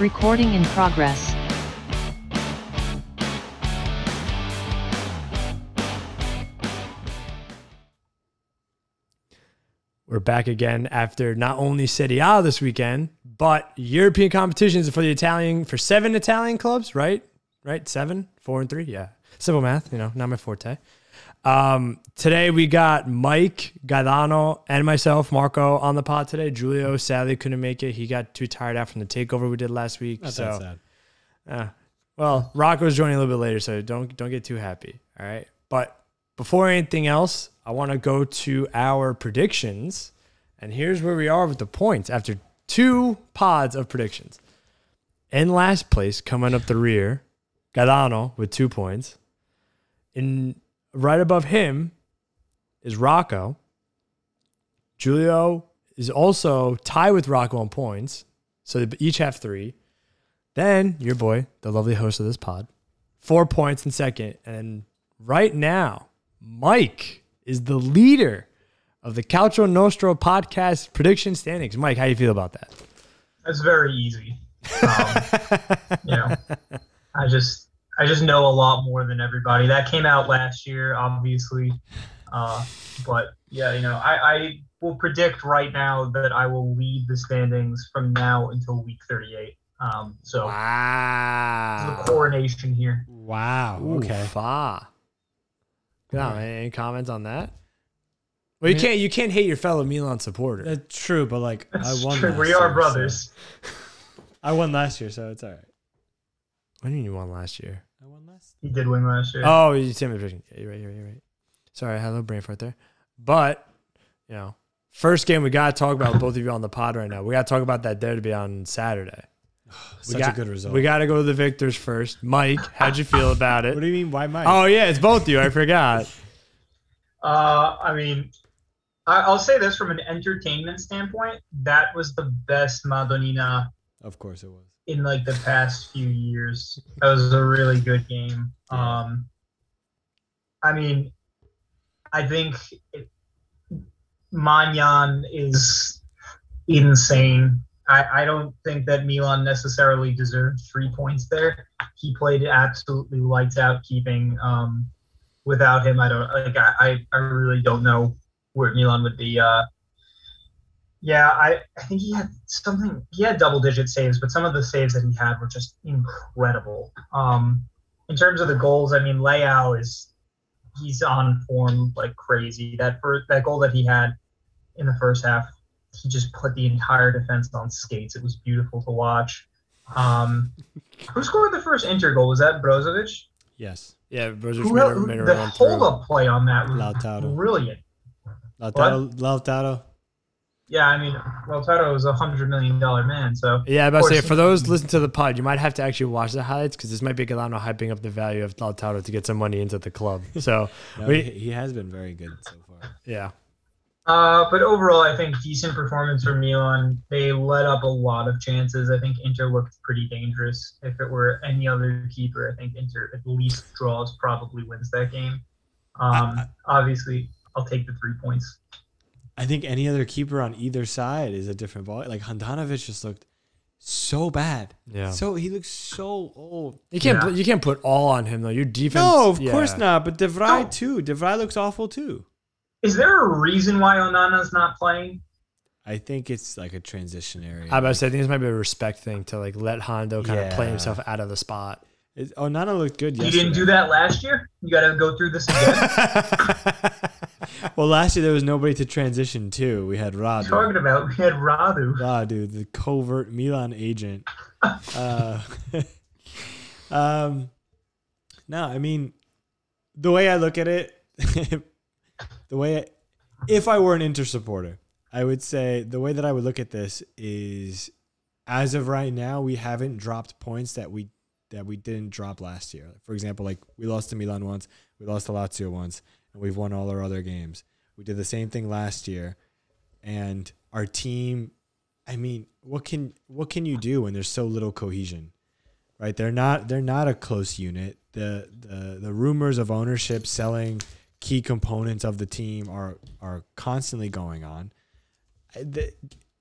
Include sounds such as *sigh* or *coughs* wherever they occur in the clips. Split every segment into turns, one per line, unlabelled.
Recording in progress.
We're back again after not only Serie A this weekend, but European competitions for the Italian for seven Italian clubs, right? Right, seven, four, and three. Yeah, simple math. You know, not my forte. Um, today we got Mike Gaidano and myself, Marco, on the pod today. Julio sadly couldn't make it. He got too tired after the takeover we did last week.
Not
so
that sad.
well, Rocco's joining a little bit later, so don't don't get too happy. All right. But before anything else, I want to go to our predictions. And here's where we are with the points after two pods of predictions. In last place, coming up the rear, Gadano with two points. And right above him is Rocco. Julio is also tied with Rocco on points. So they each have three. Then your boy, the lovely host of this pod, four points in second. And right now, Mike is the leader of the Calcio Nostro podcast prediction standings. Mike, how you feel about that?
That's very easy.
*laughs*
Um, you know, I just I just know a lot more than everybody. That came out last year, obviously, uh, but yeah, you know, I, I will predict right now that I will lead the standings from now until week 38. Um, so the
Wow.
coronation here.
Wow. Ah. Okay.
Oofa. No, any comments on that? Well, you can't you can't hate your fellow Milan supporter.
That's Uh, true, but like
That's
I won.
true.
last
We
year,
are
so-
brothers.
I won last year, so it's all right.
When did you won last year?
I won last.
He did win last year.
Oh, you sent me the picture. Yeah, you're right, you're right, you're right. Sorry, I had a little brain fart there. But, you know, first game we got to talk about both of you on the pod right now. We got to talk about that there to be on Saturday.
Such
we got,
a good result.
We got to go to the victors first. Mike, how'd you feel about
What
it?
do you mean? Why Mike?
Oh, yeah, it's both you. I forgot.
Uh, I mean, I, I'll say this from an entertainment standpoint. That was the best Madonina
Of course it was.
in like the past few years. That was a really good game. Um, I mean, I think it, Magnan is insane. I, I don't think that Milan necessarily deserved three points there. He played absolutely lights out keeping. Um, without him, I don't like. I, I, I really don't know where Milan would be. Uh, yeah, I, I think he had something. He had double digit saves, but some of the saves that he had were just incredible. Um, in terms of the goals, I mean, Leao is he's on form like crazy. That first, that goal that he had in the first half, he just put the entire defense on skates. It was beautiful to watch. Um, who scored the first Inter goal? Was that Brozovic?
Yes.
Yeah, Brozovic
Who,
made,
hel-
a-
who-
made a
the
run through.
hold up play on that was
Lautaro.
brilliant.
Lautaro. Lautaro.
Yeah, I mean, Lautaro is a hundred million dollar man, so.
Yeah, I was about to say,
course.
for those listening to the pod, you might have to actually watch the highlights because this might be Galano hyping up the value of Lautaro to get some money into the club. So,
No,
we,
he, he has been very good so far.
yeah.
Uh, but overall, I think decent performance from Milan. They let up a lot of chances. I think Inter looked pretty dangerous. If it were any other keeper, I think Inter at least draws, probably wins that game. Um, obviously, I'll take the three points.
I think any other keeper on either side is a different ball. Like Handanovic just looked so bad.
Yeah.
So he looks so old.
You can't,
Yeah.
put- you can't put all on him, though. Your defense.
No, of
yeah.
course not. But Devry
No.
too. Devry looks awful too.
Is there a reason why Onana's not playing?
I think it's like a transition area.
I about to say, I think this might be a respect thing to like let Hondo kind of play
Yeah.
himself out of the spot.
It, oh, Nana looked good
You
yesterday.
didn't do that last year. You got to go through this
*laughs*
again.
Well, last year there was nobody to transition to. We had Rod.
Talking about we had Radu.
Wow, dude, the covert Milan agent. Uh, *laughs* um, no, I mean, the way I look at it, *laughs* the way, I, if I were an Inter supporter, I would say the way that I would look at this is, as of right now, we haven't dropped points that we that we didn't drop last year. For example, like we lost to Milan once, we lost to Lazio once, and we've won all our other games. We did the same thing last year, and our team I mean, what can what can you do when there's so little cohesion? Right? They're not they're not a close unit. The the the rumors of ownership selling key components of the team are are constantly going on. I- the-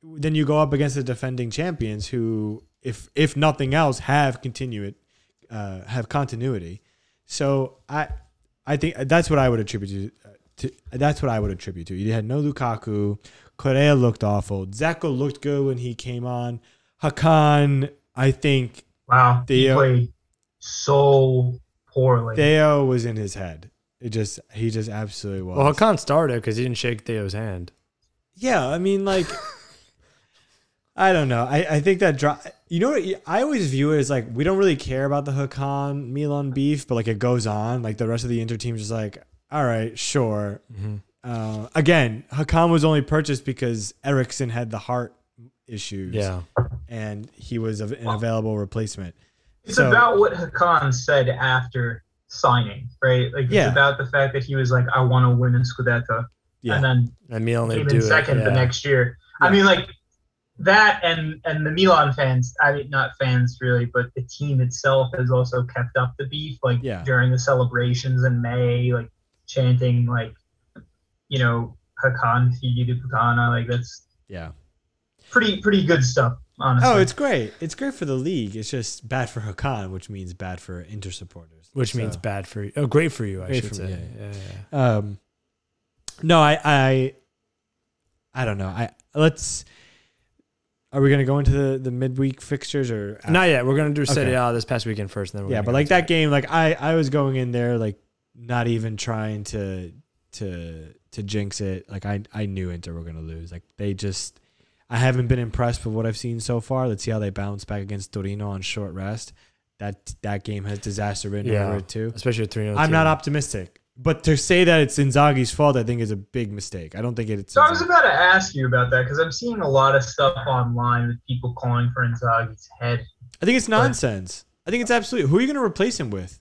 then you go up against the defending champions who if if nothing else, have continue it, uh, have continuity. So I I think that's what I would attribute to. to that's what I would attribute to. You had no Lukaku. Correa looked awful. Zeko looked good when he came on. Hakan, I think
Wow, he
Theo-
played so poorly.
Theo was in his head. It just he just absolutely was.
Well, Hakan started because he didn't shake Theo's hand.
Yeah, I
*laughs*
mean, like, I don't know. I, I think that dri You know what? I always view it as like we don't really care about the Hakan Milan beef, but like it goes on. Like the rest of the Inter team's just like, all right, sure.
Mm-hmm.
Uh, again, Hakan was only purchased because Ericsson had the heart issues,
Yeah.
and he was av- an available replacement.
It's
So-
about what Hakan said after signing, right? Like
Yeah.
it's about the fact that he was like, "I want to win in Scudetto,"
Yeah,
and then
And Milan they
came
do
in
it.
second
yeah.
the next year. I mean, like that, and and the Milan fans. I mean, not fans really, but the team itself has also kept up the beef. Like
Yeah.
during the celebrations in May, like chanting like, you know, Hakan Fiji di Putana. Like that's
yeah.
pretty pretty good stuff, honestly.
Oh, it's great. It's great for the league. It's just bad for Hakan, which means bad for Inter supporters.
Which means
So-
bad for you. Oh, great for you, I
Great
should
for
say.
me,
Yeah,
yeah,
yeah.
Um, no, I, I, I don't know. I let's. Are we gonna go into the the midweek fixtures or
yeah. Not yet. We're gonna do Serie
Okay.
A this past weekend first, and then we're
yeah,
gonna
but
go
like
into
that game, like I I was going in there like not even trying to to to jinx it. Like I I knew Inter were gonna lose. Like they just. I haven't been impressed with what I've seen so far. Let's see how they bounce back against Torino on short rest. That that game has disaster written
Yeah.
over it too.
especially a three 0
I'm not optimistic. But to say that it's Inzaghi's fault, I think is a big mistake. I don't think it's.
So I was
Inzaghi.
about to ask you about that because I'm seeing a lot of stuff online with people calling for Inzaghi's head.
I think it's nonsense. I think it's absolute. Who are you going to replace him with?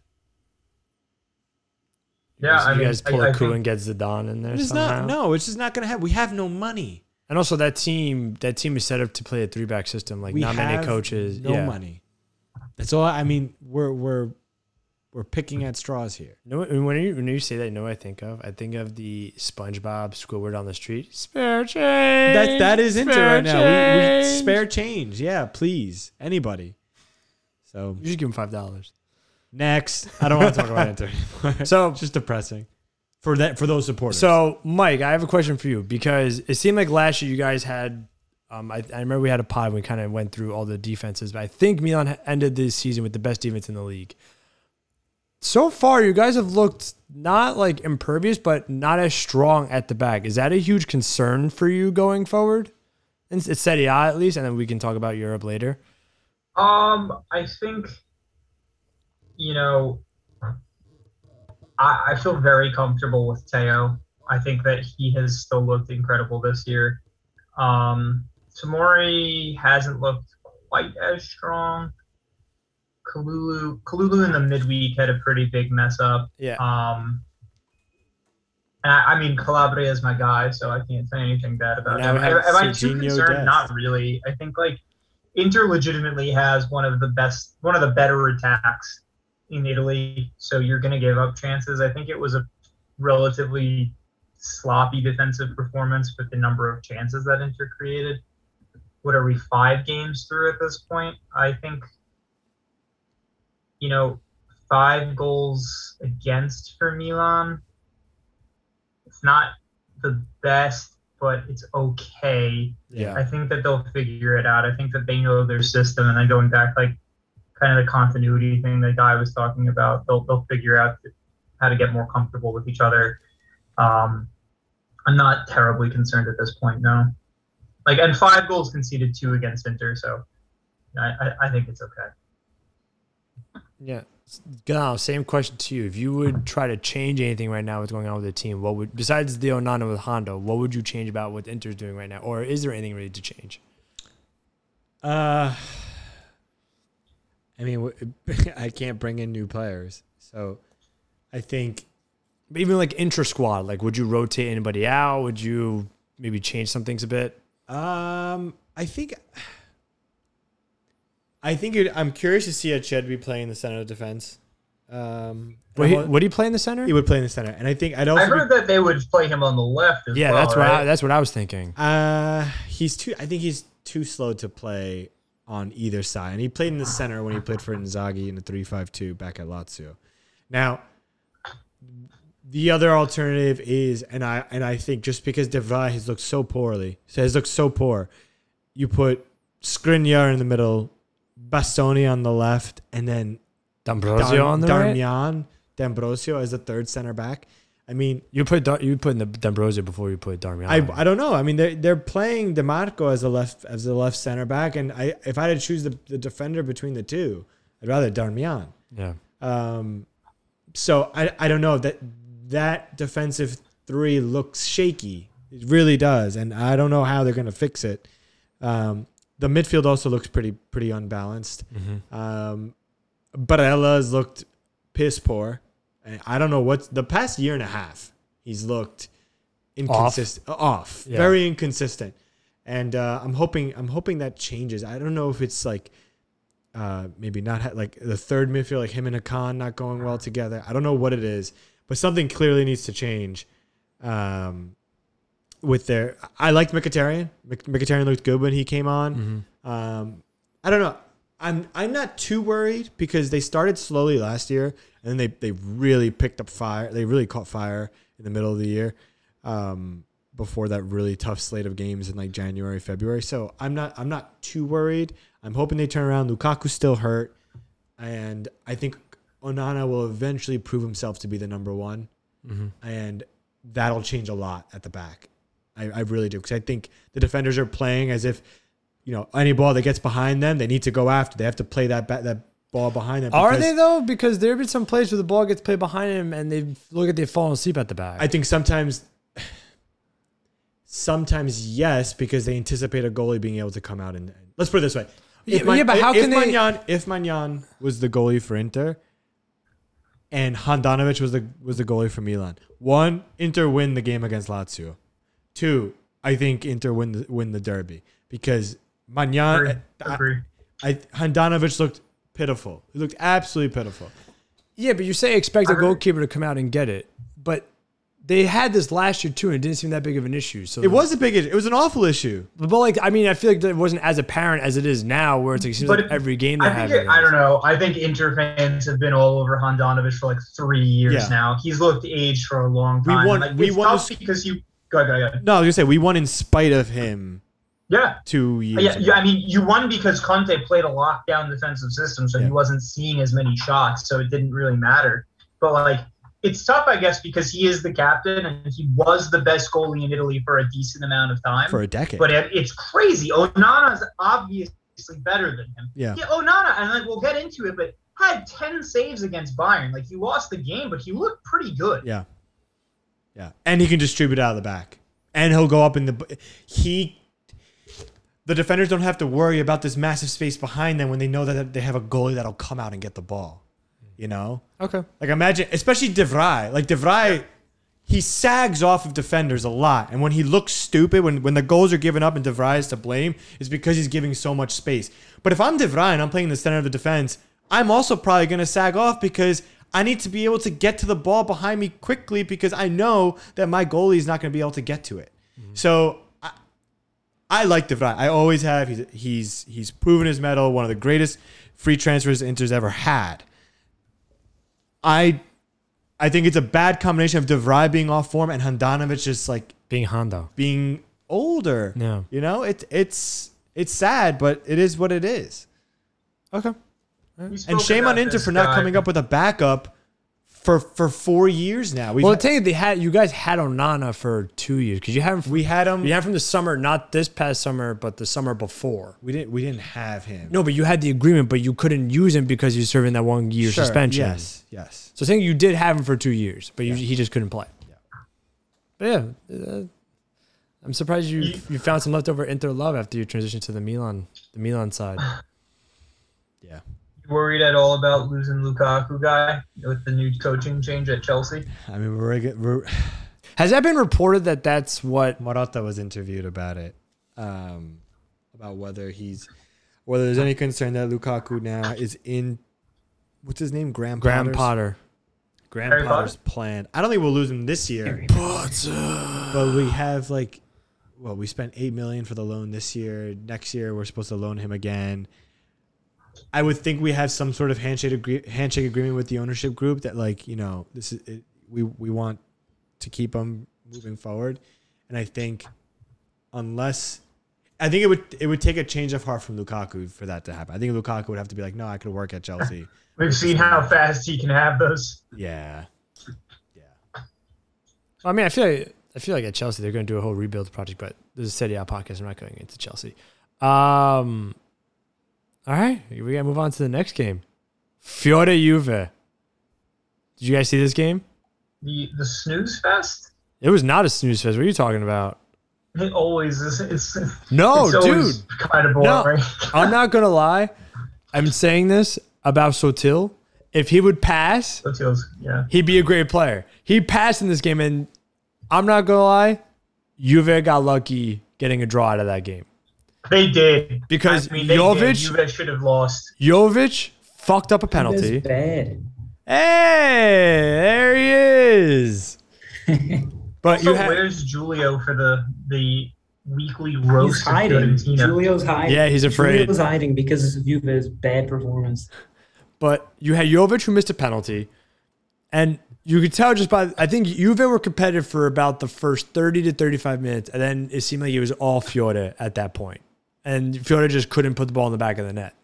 Yeah, I
you
mean,
guys
I-
pull
I
a coup
think-
and get Zidane in there
It's
somehow.
not. No, it's just not going to happen. We have no money.
And also that team, that team is set up to play a three back system. Like
we
not many
have
coaches.
No
yeah.
money. That's all. I I mean, we're we're we're picking at straws here.
No, and when you when you say that, you know what I think of? I think of the SpongeBob Squidward on the street. Spare change.
That that is Inter
spare
right now. We, we
change.
spare change. Yeah, please, anybody. So
You should give him five dollars.
next, I don't want to talk about Inter.
*laughs*
anymore.
So
it's just depressing for that for those supporters.
So, Mike, I have a question for you because it seemed like last year you guys had. Um, I, I remember we had a pod. And we kind of went through all the defenses, but I think Milan ha- ended this season with the best defense in the league. So far, you guys have looked not like impervious, but not as strong at the back. Is that a huge concern for you going forward? And it's Serie A at least, and then we can talk about Europe later.
Um, I think, you know, I, I feel very comfortable with Teo. I think that he has still looked incredible this year. Um, Tamori hasn't looked quite as strong. Kalulu, Kalulu in the midweek had a pretty big mess up.
Yeah.
Um, and I, I mean, Calabria is my guy, so I can't say anything bad about
Now
him.
we have
Am, am I too
Serginho
concerned?
Dest.
Not really. I think like Inter legitimately has one of the best, one of the better attacks in Italy. So you're going to give up chances. I think it was a relatively sloppy defensive performance with the number of chances that Inter created. What are we five games through at this point? I think, you know, five goals against for Milan. It's not the best, but it's okay.
yeah.
I think that they'll figure it out. I think that they know their system, and then going back, like kind of the continuity thing that Guy was talking about, they'll they'll figure out how to get more comfortable with each other. Um, I'm not terribly concerned at this point, no. Like, and five goals conceded, two against Inter, so I, I, I think it's okay.
Yeah. Genau, same question to you. If you would try to change anything right now, what's going on with the team? What would besides the Onana with Honda? What would you change about what Inter's doing right now, or is there anything really to change?
Uh, I mean, w- *laughs* I can't bring in new players, so I think
But even like intra squad, like would you rotate anybody out? Would you maybe change some things a bit?
um, I think I think it, I'm curious to see how Ched be playing the center of defense. Um,
What
I
he,
want-
what do you play in the center?
he would play in the center, and I think I'd
I
also be-
heard that they would play him on the left as
yeah,
well.
that's what I,
right?
that's what I was thinking.
uh, he's too. I think he's too slow to play on either side. And he played in the center when he played for Inzaghi in a 3-5-2 back at Lazio. Now, the other alternative is, and I and I think just because Devry has looked so poorly, has looked so poor, you put Skriniar in the middle, Bastoni on the left, and then
D'Ambrosio on the right.
Darmian D'Ambrosio as the third center back. I mean,
You put Dar- you put in the D'Ambrosio before you put Darmian.
I,
on.
I don't know. I mean, they're they're playing Demarco as a left as the left center back, and I if I had to choose the, the defender between the two, I'd rather Darmian.
yeah.
Um, so I I don't know that that defensive three looks shaky. It really does, and I don't know how they're going to fix it. Um, the midfield also looks pretty pretty unbalanced. Um, Barella has looked piss poor. And I don't know what's the past year and a half. He's looked inconsistent, off,
Yeah.
very inconsistent, and uh, I'm hoping I'm hoping that changes. I don't know if it's like uh, maybe not ha- like the third midfield, like him and Hakan not going well together. I don't know what it is, but something clearly needs to change. Um, with their, I liked Mkhitaryan. Mk- Mkhitaryan looked good when he came on. Um, I don't know. I'm I'm not too worried because they started slowly last year, and then they they really picked up fire. They really caught fire in the middle of the year, um, before that really tough slate of games in like January, February. So I'm not I'm not too worried. I'm hoping they turn around. Lukaku's still hurt, and I think Onana will eventually prove himself to be the number one,
Mm-hmm.
and that'll change a lot at the back. I, I really do because I think the defenders are playing as if you know any ball that gets behind them, they need to go after. They have to play that ba- that ball behind them.
Are
because-
they though? Because there have been some plays where the ball gets played behind him and they look at they've fallen asleep at the back.
I think sometimes, sometimes yes, because they anticipate a goalie being able to come out and let's put it this way.
Yeah, yeah, but how
if
can they-
Magnan, if Magnan was the goalie for Inter, and Handanovic was the was the goalie for Milan, one Inter win the game against Lazio. Two, I think Inter win the, win the derby because
Agree.
Magnan. I,
Agree.
I Handanovic looked pitiful. He looked absolutely pitiful.
yeah, but you say expect a
I-
goalkeeper to come out and get it, but they had this last year too, and it didn't seem that big of an issue. So
It was a big. issue. It was an awful issue.
but like I mean, I feel like it wasn't as apparent as it is now, where it's like, it seems
But
like
it-
every game they
I
have.
think it, I don't know. I think Inter fans have been all over Handanovic for like three years
Yeah.
now. He's looked aged for a long
We
time.
won-
Like,
we
it's
won
tough
this-
because you go go go.
No, I was gonna say we won in spite of him
Yeah.
two years.
Yeah,
ago.
yeah, I mean, you won because Conte played a lockdown defensive system, so
Yeah.
he wasn't seeing as many shots, so it didn't really matter. But like, it's tough, I guess, because he is the captain and he was the best goalie in Italy for a decent amount of time.
for a decade.
but it, it's crazy. Onana's obviously better than him.
yeah,
Yeah, Onana, and like we'll get into it, but had ten saves against Bayern. Like he lost the game, but he looked pretty good.
yeah, yeah, and he can distribute out of the back, and he'll go up in the he. The defenders don't have to worry about this massive space behind them when they know that they have a goalie that'll come out and get the ball. You know,
Okay.
like imagine, especially Devry. Like Devry, he sags off of defenders a lot, and when he looks stupid, when when the goals are given up and Devry is to blame, is because he's giving so much space. But if I'm Devry and I'm playing in the center of the defense, I'm also probably going to sag off because I need to be able to get to the ball behind me quickly because I know that my goalie is not going to be able to get to it. So I, I like Devry. I always have. He's he's he's proven his medal. One of the greatest free transfers Inter's ever had. I I think it's a bad combination of DeVry being off form and Handanovic just like
Being Hondo.
being older.
Yeah.
You know, it it's it's sad, but it is what it is.
Okay.
We spoke
And shame on
about
Inter
this
for not
guy.
coming up with a backup for for four years now. We've
Well, I tell you, they had you guys had Onana for two years because you had him. From,
we had him.
you had him from the summer, not this past summer, but the summer before.
We didn't we didn't have him.
No, but you had the agreement, but you couldn't use him because you're serving that one year
Sure,
suspension.
Yes, yes.
So I think you did have him for two years, but you, he just couldn't play. But yeah, uh, I'm surprised you you found some leftover Inter love after you transitioned to the Milan the Milan side.
Yeah.
You worried at all about losing Lukaku guy with the new coaching change at Chelsea?
I mean we're, reg- we're
Has that been reported that that's what?
Morata was interviewed about it, um, about whether he's whether there's any concern that Lukaku now is in what's his name, Graham
Graham
Potter's-
Potter.
Graham
Harry
Potter's plan. I don't think we'll lose him this year, but we have like well, we spent eight million for the loan this year. Next year, we're supposed to loan him again. I would think we have some sort of handshake agree- handshake agreement with the ownership group that like you know this is it, we we want to keep him moving forward, and I think unless I think it would it would take a change of heart from Lukaku for that to happen. I think Lukaku would have to be like, no, I could work at Chelsea.
We've seen how fast he can have those.
yeah, yeah.
I mean, I feel like I feel like at Chelsea they're going to do a whole rebuild project, but there's a City out podcast. I'm not going into Chelsea. Um, all right, we got to move on to the next game. Fiore Juve. Did you guys see this game?
The the snooze fest.
It was not a snooze fest. What are you talking about?
It always is. It's,
No,
it's always
dude.
kind of
No,
boring. *laughs*
I'm not gonna lie. I'm saying this about Sotil. If he would pass,
That feels- yeah.
he'd be a great player. He passed in this game, and I'm not gonna lie, Juve got lucky getting a draw out of that game.
They did.
Because
I mean, they did.
Jovic-
Juve should have lost.
Jovic fucked up a penalty.
That's bad.
Hey, there he
*laughs*
is. but
So
you had,
where's Julio for the the weekly
He's
roast of
hiding.
Fiorentina?
Julio's hiding.
Yeah, he's afraid.
Julio's hiding because of Juve's bad performance.
but you had Jovic who missed a penalty, and you could tell just by I think Juve were competitive for about the first thirty to thirty-five minutes, and then it seemed like it was all Fiore at that point, and Fiore just couldn't put the ball in the back of the net.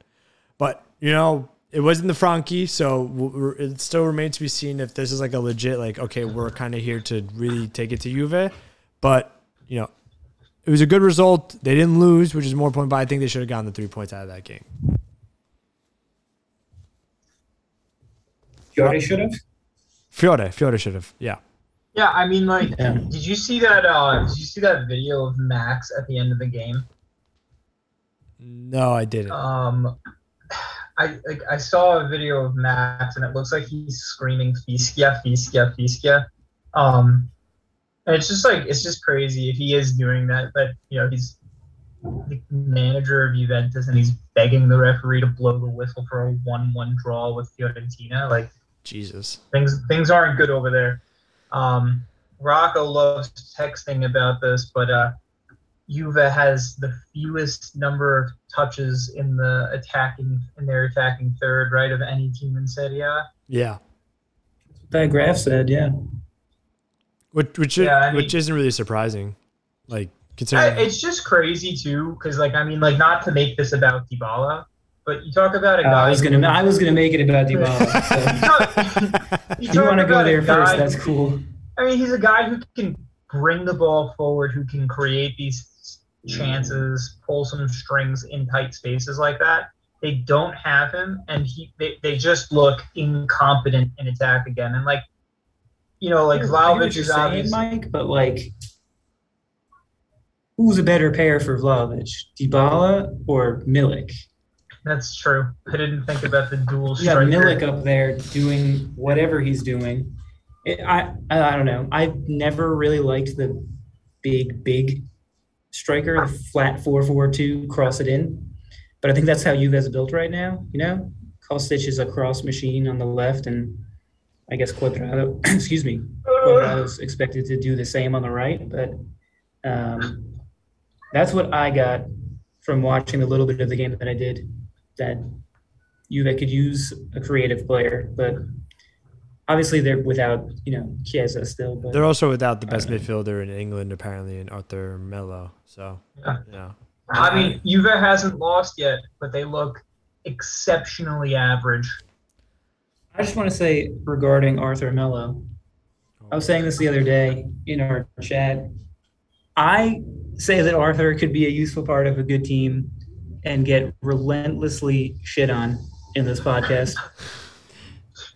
But you know, it wasn't the Franchi, so w- w- it still remains to be seen if this is like a legit like okay, we're kind of here to really take it to Juve, but you know. It was a good result. They didn't lose, which is more important, but I think they should have gotten the three points out of that game.
Fiore should have.
Fiore, Fiore should have. Yeah.
Yeah, I mean, like,
Yeah.
did you see that? Uh, did you see that video of Max at the end of the game?
No, I didn't.
Um, I like I saw a video of Max, and it looks like he's screaming "Fiskia, Fiskia, Fiskia." Um, and it's just like it's just crazy if he is doing that. But you know, he's the manager of Juventus, and he's begging the referee to blow the whistle for a one-one draw with Fiorentina. Like
Jesus.
things things aren't good over there. Um, Rocco loves texting about this, but uh, Juve has the fewest number of touches in the attacking in their attacking third, right, of any team in Serie A.
Yeah.
That graph said, yeah.
Which which
Yeah, I
which
mean-
isn't really surprising. Like
I-
considering
It's just crazy too, because like I mean, like not to make this about Dybala, but you talk about a
Uh,
guy.
I was gonna, I was gonna make it
*laughs*
about Dybala.
you *laughs*
So.
talk-
If you
talk
want to go
about a
there
guy
first, that's
who-
cool.
I mean, he's a guy who can bring the ball forward, who can create these chances, pull some strings in tight spaces like that. They don't have him, and he they, they just look incompetent in attack again. And like, you know, like
I get what
Vlaovic
you're
is
saying,
obviously
Mike, but like, who's a better pair for Vlaovic, Dybala or Milik?
that's true. I didn't think about the dual
You got
striker.
Milik up there doing whatever he's doing. It, I, I I don't know. I've never really liked the big big striker, the flat four four two, cross it in. But I think that's how you guys are built right now. You know, Kostic is a cross machine on the left, and I guess Quadrado. *coughs* excuse me,
Uh,
Quadrado's expected to do the same on the right. But um, that's what I got from watching the little bit of the game that I did. That you that could use a creative player, but obviously they're without you know Chiesa still.
*laughs*
But
they're also without the best midfielder in England apparently in Arthur Mello. So
Yeah.
yeah.
I mean, Juve hasn't lost yet, but they look exceptionally average.
I just want to say regarding Arthur Mello, I was saying this the other day in our chat. I say that Arthur could be a useful part of a good team and get relentlessly shit on in this podcast.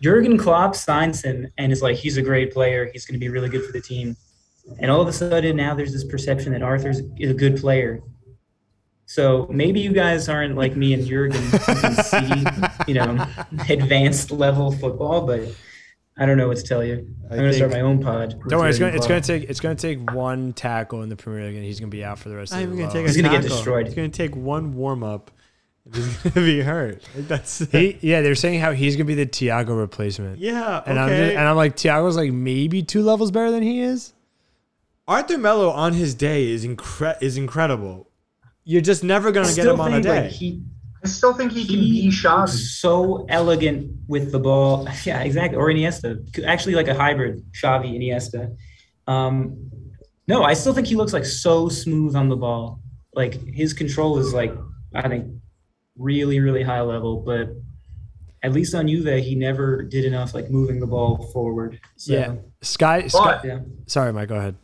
Jurgen Klopp signs him and is like, he's a great player. He's going to be really good for the team. And all of a sudden, now there's this perception that Arthur's is a good player. So maybe you guys aren't like me and Jurgen who can see, you know, advanced level football, but I don't know what to tell you.
I
I'm going to start
think-
my own pod.
Don't worry, it's gonna
Jurgen
it's
Klopp.
gonna take it's gonna take one tackle in the Premier League and he's gonna be out for the rest
Not
of the
even gonna
low.
take.
He's
a
gonna get
tackle.
destroyed.
He's gonna take one warm *laughs* up. and He's gonna be hurt. *laughs* Like, that's
He, yeah, they're saying how he's gonna be the Tiago replacement.
yeah.
And I'm
okay.
just, and I'm like Tiago's like maybe two levels better than he is.
Arthur Mello on his day is incre- is incredible. You're just never gonna get him on a
think,
day.
Like, he
I still think he can
he
be Xavi.
was so elegant with the ball. *laughs* Yeah, exactly. Or Iniesta, actually like a hybrid, Xavi Iniesta. Um, no, I still think he looks like so smooth on the ball. Like his control is like I think really really high level, but at least on Juve he never did enough like moving the ball forward. So,
yeah. Sky, Sky.
But
yeah.
Sorry, Mike. Go ahead.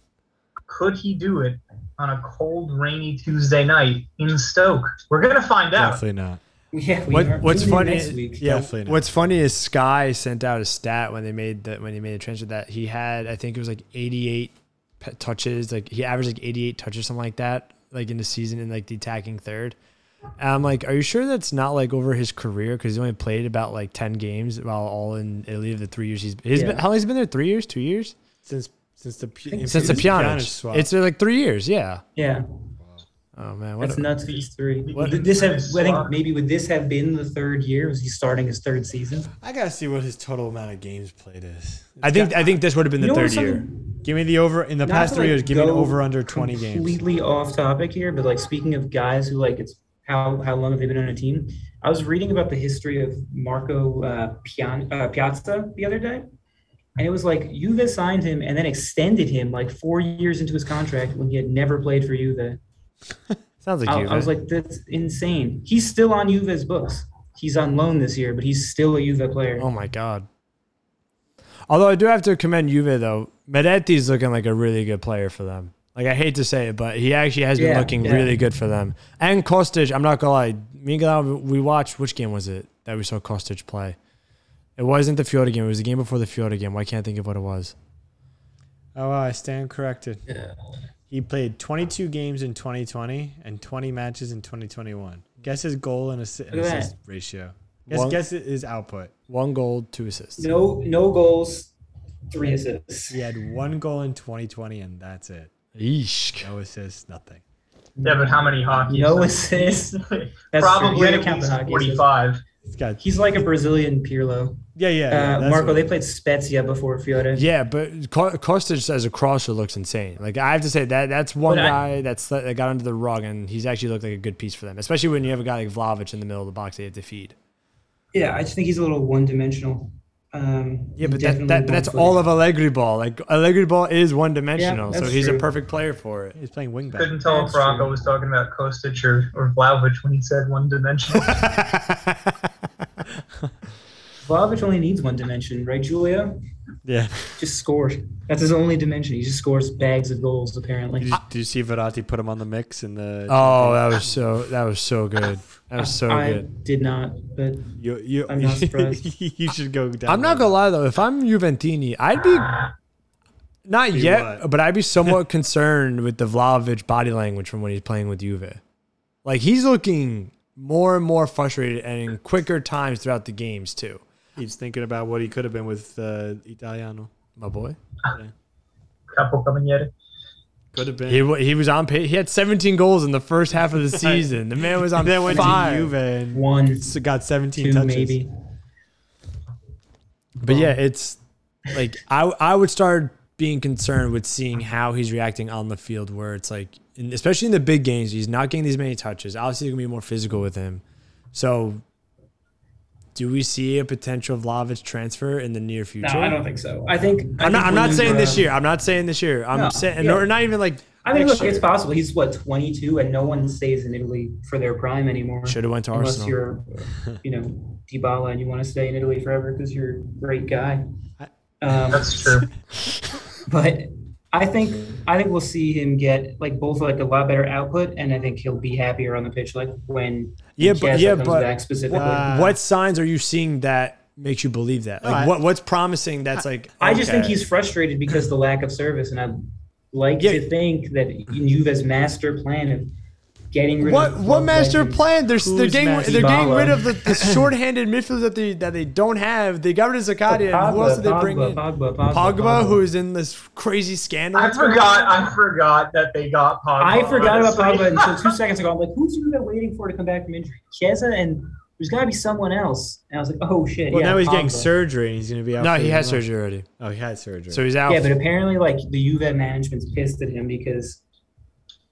could he do it on a cold, rainy Tuesday night in Stoke? We're gonna find out.
Definitely not.
Yeah, we are-
What, what's
we do
funny?
next week.
Yeah,
Definitely not.
what's funny is Sky sent out a stat when they made the when he made a transfer that he had. I think it was like 88 pe- touches. Like he averaged like 88 touches, something like that, like in the season in like the attacking third. And I'm like, are you sure that's not like over his career? Because he only played about like 10 games while all in Italy of the three years he's he's been.
Yeah.
How long has he been there? Three years? Two years?
Since since the Pu-
Since the Pjanic.
swap.
It's uh, like three years. Yeah.
Yeah.
Oh man, what
That's
a,
nuts. These three.
What-
Would this have? I think maybe would this have been the third year? Was he starting his third season?
I gotta see what his total amount of games played is.
I think I think this would have been the
You know
third
something-
year.
Give me the over in the
not
past
to,
three
like,
years. Give me an
go
over under twenty games.
Completely off topic here, but like speaking of guys who like it's how how long have they been on a team? I was reading about the history of Marco uh, Pian, uh, Piazza the other day, and it was like Juve signed him and then extended him like four years into his contract when he had never played for Juve.
Sounds like
I,
you.
I was
right?
like, that's insane. He's still on Juve's books. He's on loan this year, but he's still a Juve player.
Oh my god. Although I do have to commend Juve though. Medetti's looking like a really good player for them. Like I hate to say it, but he actually has been
Yeah,
looking
yeah.
really good for them. And Kostic, I'm not gonna lie, me and Gal, we watched which game was it that we saw Kostic play? It wasn't the Fiore game. It was the game before the Fiore game. Why can't I think of what it was?
Oh, wow, I stand corrected. He played 22 games in 2020 and 20 matches in 2021. Guess his goal and assi- and
Look at that.
assist ratio. Guess,
One-
guess his output.
One goal, two assists.
No, no goals, three assists.
He had one goal in 2020, and that's it.
Yeesh.
No assists, nothing.
Yeah, but how many hockey?
No
assists? *laughs*
assists. That's true. You
Probably
gotta
at
count the
least
hockey assists.
forty-five.
He's got,
He's like a Brazilian Pirlo.
yeah, yeah. yeah,
uh,
that's
Marco,
what-
they played Spezia before Fiore.
Yeah, but Ko- Kostic as a crosser looks insane. Like I have to say that that's one
But I-
guy that's that got under the rug, and he's actually looked like a good piece for them, especially when you have a guy like Vlahovic in the middle of the box they have to feed.
Yeah, I just think he's a little one-dimensional. Um,
Yeah, but that, that that's all of Allegri ball. Like Allegri ball is one dimensional, so
that's
he's a
true.
perfect player for it.
He's playing wing back.
Couldn't tell
That's
if Rocco
true.
was talking about Kostic or, or Vlahovic when he said one dimensional.
Vlahovic only needs one dimension, right, Julio?
Yeah.
Just scores. That's his only dimension. He just scores bags of goals, apparently.
Did you, did you see Verratti put him on the mix in the?
*laughs* oh, that was so that was so good. That was so
I
good.
did not, but
you, you, *laughs*
I'm not surprised.
you should go down.
I'm not gonna lie though, if I'm Juventini, I'd be not yet,
what?
but I'd be somewhat
*laughs*
concerned with the Vlahovic body language from when he's playing with Juve. Like he's looking more and more frustrated and in quicker times throughout the games too.
He's thinking about what he could have been with uh, Italiano.
My boy,
Capo Cavanieri.
Could have been.
he wa- he was on pace. He had 17 goals in the first half
*laughs*
of the season. The man was on
then went
fire.
to Juve and
one,
s- got 17
two,
touches.
maybe.
But yeah, it's like I I would start being concerned with seeing how he's reacting on the field, where it's like, in, especially in the big games, he's not getting these many touches. Obviously, it's gonna be more physical with him. So, do we see a potential Vlahovic transfer in the near future?
No, I don't think so. I think
I'm not. I'm not saying this year. I'm not saying this year. I'm
No,
saying,
yeah.
or not even like.
I mean,
next
look, it's possible. He's what 22, and no one stays in Italy for their prime anymore.
should have went to
unless
Arsenal.
you're, you know, Dybala, and you want to stay in Italy forever because you're a great guy. Um,
That's true.
*laughs* but I think I think we'll see him get like both like a lot better output, and I think he'll be happier on the pitch, like when
Yeah, but-
Chiesa
yeah,
comes
but-
back specifically.
Wow.
what signs are you seeing that makes you believe that? Like,
I-
what what's promising? That's like.
I just think
okay.
he's frustrated because the lack of service, and I like
Yeah.
to think that Juve's master plan of getting rid
What
of
what
club
master
legends-
plan? They're they're
Who's
getting
master
they're getting
Dybala?
rid of the, *laughs* the shorthanded midfielders that they that they don't have. They got rid of Zakaria. and who else did they bring
Pogba,
in? Pogba,
Pogba, Pogba,
who is in this crazy scandal.
I
that's going
forgot.
on.
I forgot that they got Pogba.
I forgot about
honestly.
*laughs*
Pogba until two seconds ago. I'm like, who's you been waiting for to come back from injury? Chiesa and there's got to be someone else. And I was like, oh shit.
Well,
yeah,
now he's getting
Pogba.
surgery and he's going to be out.
No,
for
he
a
had
month.
surgery already,
Oh, he had surgery.
so he's out.
Yeah, but apparently, like the Juve management's pissed at him because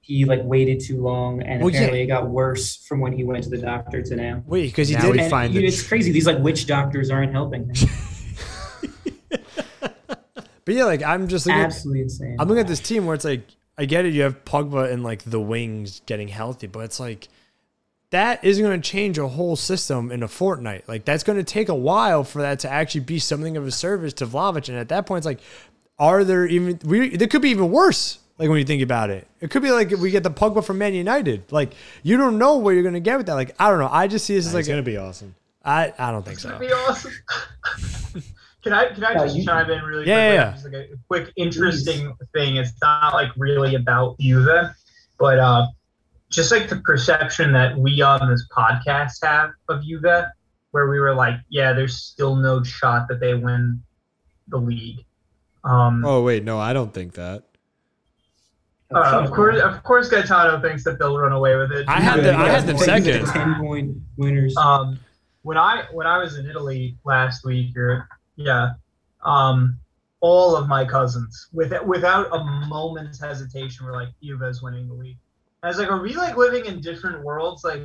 he like waited too long, and
Well, yeah.
apparently it got worse from when he went to the doctor to now.
Wait, because he
Now
did.
we
And
find
you-
the
it's crazy. These like witch doctors aren't helping.
*laughs* But yeah, like I'm just looking. At,
Absolutely insane.
I'm looking at this team where it's like I get it. You have Pogba and like the wings getting healthy, but it's like that isn't going to change a whole system in a fortnight. Like that's going to take a while for that to actually be something of a service to Vlahovic. And at that point, it's like, are there even? We there could be even worse. Like when you think about it, it could be like we get the Pogba from Man United. Like you don't know what you're going to get with that. Like I don't know. I just see this as
it's
like
going to be awesome.
I I don't think
It's gonna
so.
be awesome. *laughs* can I can I
No,
just
you-
chime in really
Yeah,
quick?
yeah, yeah.
Just like a quick interesting thing. It's not like really about Juve, but uh, just like the perception that we on this podcast have of Juve, where we were like, yeah, there's still no shot that they win the league. Um,
Oh, wait. No, I don't think that.
Oh,
uh, of course, of course, Gaetano thinks that they'll run away with it.
I had them- I had them
Like,
second.
*laughs* Ten point winners.
Um, when I when I was in Italy last week, or yeah, um, all of my cousins, with, without a moment's hesitation, were like, "Juve's winning the league." I was like, "Are we like living in different worlds? Like,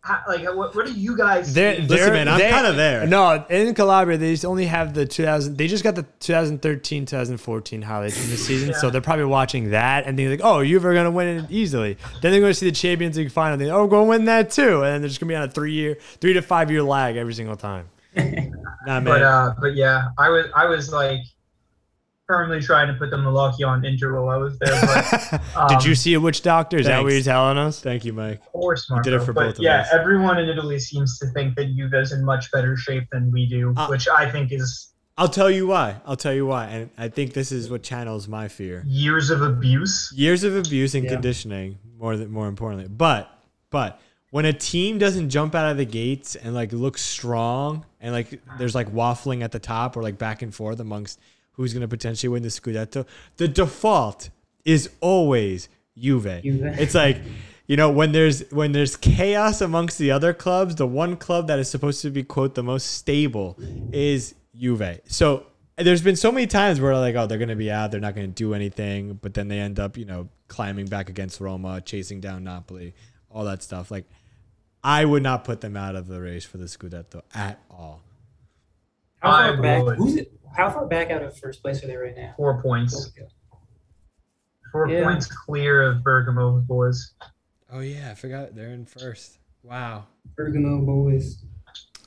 how, like what, what do you guys?"
They're-
think?"
they're-
Listen, man, I'm
they-
kind of there.
No, in Calabria, they just only have the 2000. They just got the 2013, 2014 highlights in the season, so
Yeah.
they're probably watching that and they're like, "Oh, Juve are gonna win it easily." Then they're gonna see the Champions League final. They oh, we're gonna win that too, and then they're just gonna be on a three year, three to five year lag every single time.
Nah,
but
man.
uh, but yeah, I was I was like firmly trying to put the Malaki on Inter while I was there. But,
*laughs*
um,
Did you see a witch doctor? Is that what
thanks.
you're telling us?
Thank you, Mike.
course,
You
Marco.
did it for
but
both of
yeah,
us.
everyone in Italy seems to think that Juve's in much better shape than we do,
Uh,
which I think is
I'll tell you why. I'll tell you why. And I think this is what channels my fear.
years of abuse.
Years of abuse and
Yeah.
conditioning, more than more importantly. But but when a team doesn't jump out of the gates and like look strong and like there's like waffling at the top or like back and forth amongst who's gonna potentially win the scudetto, the default is always Juve.
Juve.
It's like you know when there's when there's chaos amongst the other clubs, the one club that is supposed to be quote the most stable is Juve. So there's been so many times where like oh they're going to be out, they're not going to do anything, but then they end up you know climbing back against Roma, chasing down Napoli, all that stuff. Like I would not put them out of the race for the Scudetto at all.
how
I
far back?
would.
Who's it? How far back out of first place are they right now?
Four points. Four
Yeah.
points clear of Bergamo boys.
Oh yeah, I forgot they're in first. *laughs* Wow.
Bergamo boys.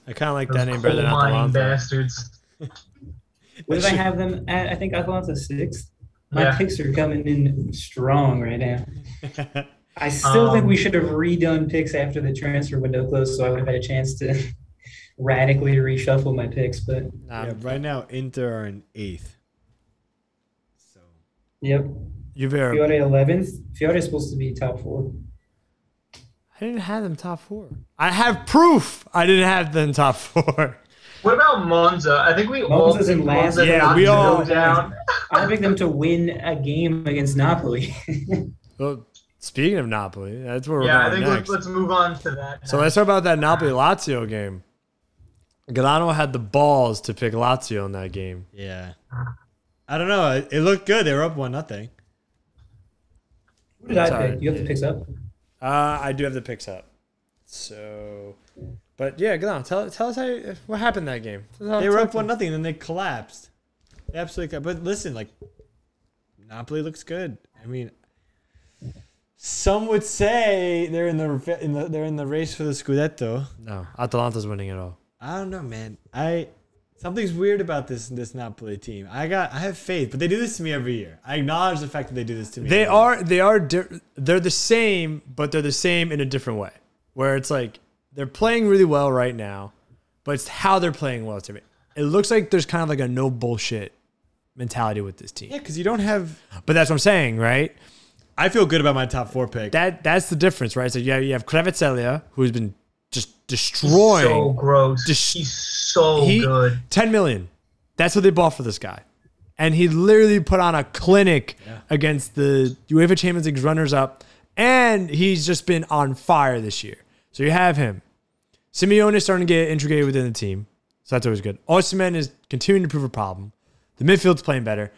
I kind of like
Those
that name
coal
better than
mining
Atalanta.
bastards.
What did I have them at? I think Atalanta sixth. My
Yeah.
picks are coming in strong right now. I still think
Um,
we should have redone picks after the transfer window closed, so I would have had a chance to *laughs* radically reshuffle my picks. But
Nah,
yeah, right now Inter are in eighth. So
yep,
Juve. Are,
Fiore eleventh. Fiore is supposed to be top four.
I didn't have them top four. I have proof. I didn't have them top four. *laughs*
What about Monza? I think we all
Monza's in
picked
last.
Monza
Yeah,
not
we
to go
all-
down.
*laughs* I picked them to win a game against Napoli. *laughs*
Well, speaking of Napoli, that's where we're
Yeah, I
going
think
next.
let's, let's move on to that.
So let's talk about that Napoli Lazio game. Galano had the balls to pick Lazio in that game.
yeah. I don't know. It, it looked good. They were up one nothing.
Who did I
Sorry.
pick? You have the picks up.
Uh, I do have the picks up. So, but yeah, Galano, tell tell us how you, what happened that game.
They were up one nothing, then they collapsed. They absolutely. collapsed. But listen, like Napoli looks good. I mean, some would say they're in the in the they're in the race for the scudetto.
No, Atalanta's winning it all.
I don't know, man. I something's weird about this this Napoli team. I got I have faith, but they do this to me every year. I acknowledge the fact that they do this to me.
They
every year.
are they are di- they're the same, but they're the same in a different way. Where it's like they're playing really well right now, but it's how they're playing well to me. It looks like there's kind of like a no bullshit mentality with this team.
yeah, because you don't have.
But that's what I'm saying, right?
I feel good about my top four pick.
that that's the difference, right? So you have you have Kravitzelia, who's been just destroying
So gross.
Just-
He's so
he-
good.
ten million. That's what they bought for this guy, and he literally put on a clinic against the UEFA Champions League runners up, and he's just been on fire this year. So you have him. Simeone is starting to get integrated within the team, so that's always good. Osimhen is continuing to prove a problem. The midfield's playing better.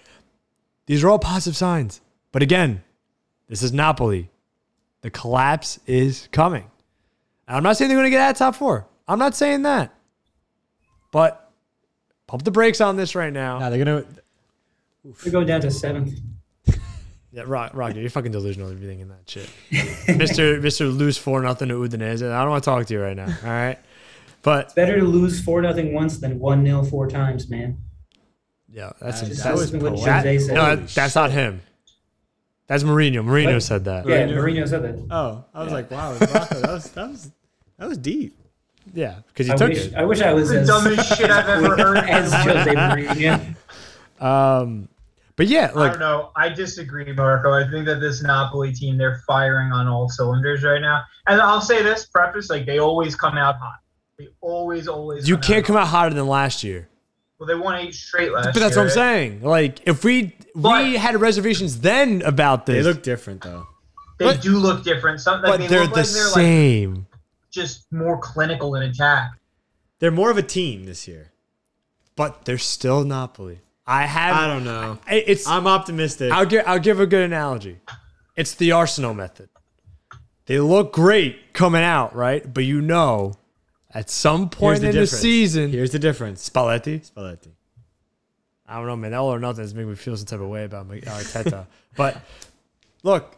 These are all positive signs. But again, this is Napoli. The collapse is coming. And I'm not saying they're going to get out of top four. I'm not saying that. But pump the brakes on this right now.
Nah, they're gonna.
We go down to seventh.
Yeah, Rock, Rock, you're fucking delusional everything in that shit. *laughs* Mr. Mr. Lose four nothing to Udinese. I don't want to talk to you right now. All right. But
Better to lose four nothing once than one 0 four times, man.
yeah, that's
That
that's,
That was what
that-
Jose said.
no, that- that's not him. That's Mourinho. Mourinho
What?
said that. Yeah.
yeah,
Mourinho.
Mourinho said that.
Oh, I was like, wow, Rocco, that was that was that was deep.
because he
I
took
wish,
it.
I wish I was
The
*laughs* as,
dumbest shit I've
*laughs*
ever heard. *laughs*
as Jose Mourinho.
Um, but yeah,
I
like
don't know. I disagree, Marco. I think that this Napoli team, they're firing on all cylinders right now. And I'll say this preface, like they always come out hot. They always, always
you
come
can't
out.
come out hotter than last year.
Well they won eight straight last
But that's what
year,
I'm
right?
saying. Like if we
But-
we had reservations then about
They
this,
look different though.
They
But-
do look different. Some like,
but
they
they're
look
the
like they're like
same.
just more clinical in attack.
They're more of a team this year.
but they're still Napoli. I have.
I don't know.
I- It's. i
I'm optimistic.
will give. I'll give a good analogy. It's the Arsenal method. They look great coming out, right? But you know, at some point in the season,
Here's the difference.
Spalletti.
Spalletti.
I don't know, man. That all or nothing is making me feel some type of way about Mi- Arteta. *laughs* but look,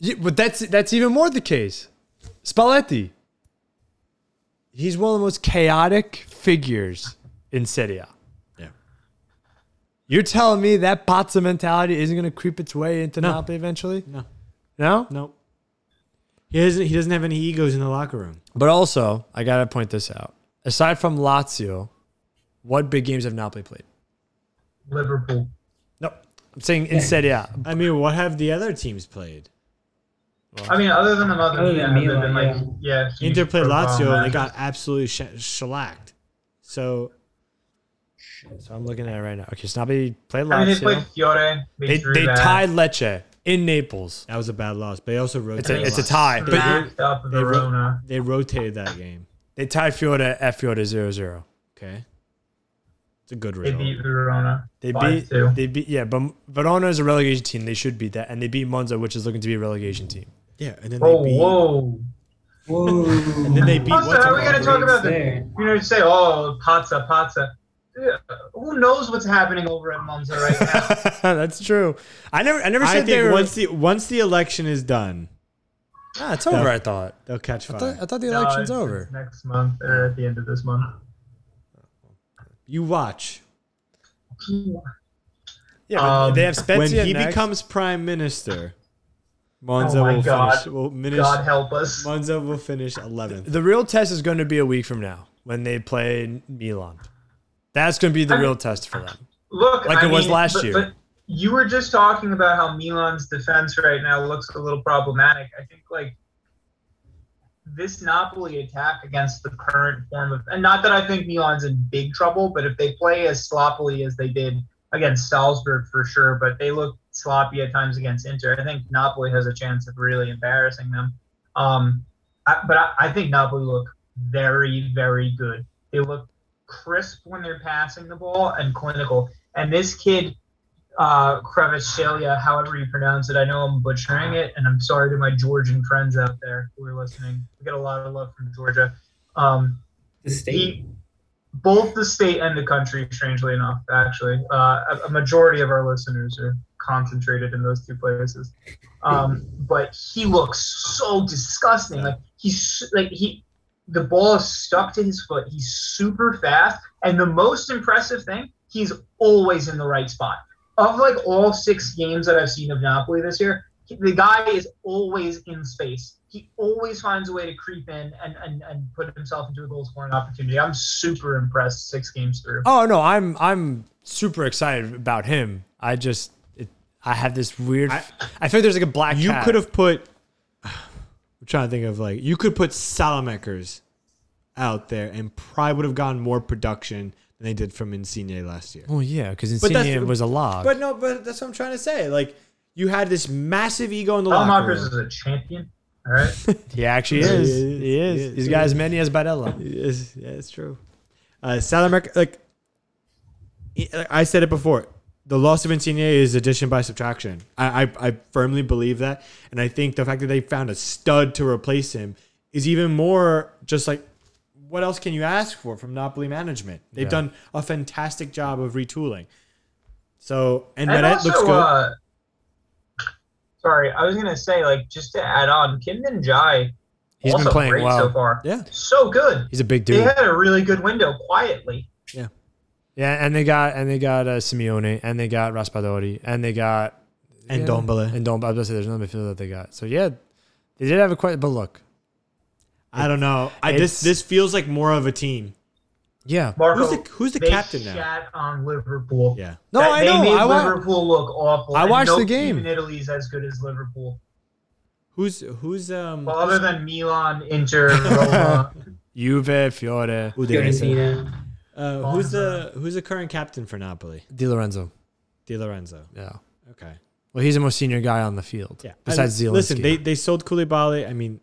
you, but that's that's even more the case. Spalletti. He's one of the most chaotic figures in Serie A.
Yeah.
You're telling me that Pozza mentality isn't going to creep its way into
No.
Napoli eventually?
No.
No?
Nope. He doesn't. He doesn't have any egos in the locker room.
But also, I got to point this out. Aside from Lazio, what big games have Napoli played?
Liverpool.
No. I'm saying *laughs* in Serie A.
I mean, what have the other teams played?
I mean, other than the mother,
Other than
yeah,
Milan,
been, like, yeah. huge
Inter played
profile
Lazio and they
match.
got absolutely sh- shellacked. So
So I'm looking at it right now. Okay, so Napoli played
I mean, they played
Lazio.
Fiore. They,
They,
drew
they
that.
tied Lecce in Naples.
that was a bad loss. But they also
It's a,
rotated.
it's a
lot.
tie. But
Smacked up
they ro-
Verona.
They rotated that game.
they tied Fiore at Fiore 0 0.
Okay. It's a good
They
result.
beat Verona.
They beat,
5-2.
they beat, yeah, but Verona is a relegation team. They should beat that. And they beat Monza, which is looking to be a relegation team. *laughs*
yeah, and then
Oh,
they beat.
whoa.
Whoa. and
Then they beat.
Also,
what's
how
it
are we gonna
called?
talk about the-
there.
You know, you say, oh, Pazza, Pazza. Yeah, Who knows what's happening over at Monza
*laughs*
right now?
That's true. I never, I never
I
said they
think
were.
once the once the election is done,
Nah, it's over. I thought.
they'll catch
I
fire.
thought, I thought the
No,
election's
it's-
over.
it's Next month or at the end of this month.
you watch
Yeah, but
Um,
they have Spezia
when he
next.
becomes prime minister. Monza
Oh my
will
God.
finish. Will finish
God help us.
Monza will finish 11th.
the real test is going to be a week from now when they play Milan. That's going to be the real test for them.
Look,
Like
I
it was
mean,
last
but-
year.
but you were just talking about how Milan's defense right now looks a little problematic. I think like this Napoli attack against the current form of, and not that I think Milan's in big trouble, but if they play as sloppily as they did against Salzburg for sure, but they look sloppy at times against Inter. I think Napoli has a chance of really embarrassing them. Um, I, but I, I think Napoli look very, very good. They look crisp when they're passing the ball and clinical. And this kid, uh, Krevashelia, however you pronounce it, I know I'm butchering it, and I'm sorry to my Georgian friends out there who are listening. We get a lot of love from Georgia. Um,
The state.
he, both the state and the country, strangely enough, actually. Uh, a, a majority of our listeners are concentrated in those two places. Um, but he looks so disgusting. Like he's like he, the ball is stuck to his foot. He's super fast, and the most impressive thing, he's always in the right spot. Of like all six games that I've seen of Napoli this year, he- the guy is always in space. He always finds a way to creep in and, and, and put himself into a goal scoring opportunity. I'm super impressed six games through.
Oh no, I'm I'm super excited about him. I just it, I have this weird. I,
I-
feel there's like a black.
You
cat.
could have put. *sighs* I'm trying to think of like you could put Salamakers out there and probably would have gotten more production than they did from Insigne last year.
Well, yeah, because
But that's-
Insigne was a log.
But no, but that's what I'm trying to say. Like you had this massive ego in the
Tom
locker
Mockers is
room.
a champion. All right.
He actually
He
is.
is.
He is.
He is.
He's got as many as Barella.
It's, yeah, it's true. Uh, South America, like I- I said it before, the loss of Insigne is addition by subtraction. I, I, I firmly believe that, and I think the fact that they found a stud to replace him is even more just like what else can you ask for from Napoli management? They've
Yeah.
done a fantastic job of retooling. So and,
And
Meret
also,
looks good.
Uh, sorry, I was gonna say like just to add on, Kim Min Jai
He's been
also
playing
great
well.
so far.
yeah,
So good.
He's a big
They
dude.
had a really good window quietly.
Yeah, and they got and they got uh, Simeone and they got Raspadori and they got
and
yeah,
Dombele.
and Dombele. I was gonna say there's another midfielder that they got. So yeah, they did have a quite. But look,
I don't know. I this
It's-
this feels like more of a team.
yeah,
Marco,
Who's the who's the
they
captain now?
shat on Liverpool.
Yeah.
no,
That-
I
they
know.
made
I want.
Liverpool look awful.
I
and
watched
no
the
team
game.
in Italy's as good as Liverpool.
Who's who's um
Well, other than Milan,
*laughs*
Inter, Roma,
Juve, Fiore, Udinese,
Fiorentina.
Uh, who's the who's the current captain for Napoli?
Di Lorenzo.
Di Lorenzo.
Yeah.
Okay.
Well, he's the most senior guy on the field.
Yeah.
Besides
I-
Zielinski.
listen, they they sold Koulibaly. I mean,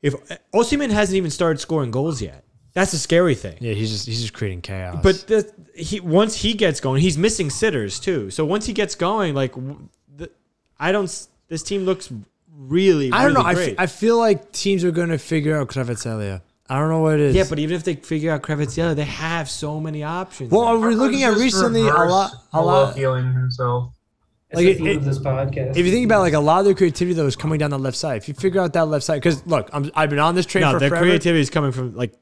if Osimhen hasn't even started scoring goals yet, that's the scary thing.
yeah, he's just he's just creating chaos.
But the, he once he gets going, he's missing sitters too. So once he gets going, like w- the, I don't. s- This team looks really.
I don't know.
really
I, f-
Great.
I feel like teams are going to figure out Kravitzelia. I don't know what it is.
yeah, but even if they figure out Kravitz, they have so many options.
well,
now.
we're looking at
Just
recently a
reverse
lot, a
Molo
lot.
feeling himself.
That's
Like,
the theme
it-
of this podcast.
If you think about like a lot of their creativity though is coming down the left side. If you figure out that left side, because look, I'm, I've been on this train
no,
for
their
forever.
creativity is coming from like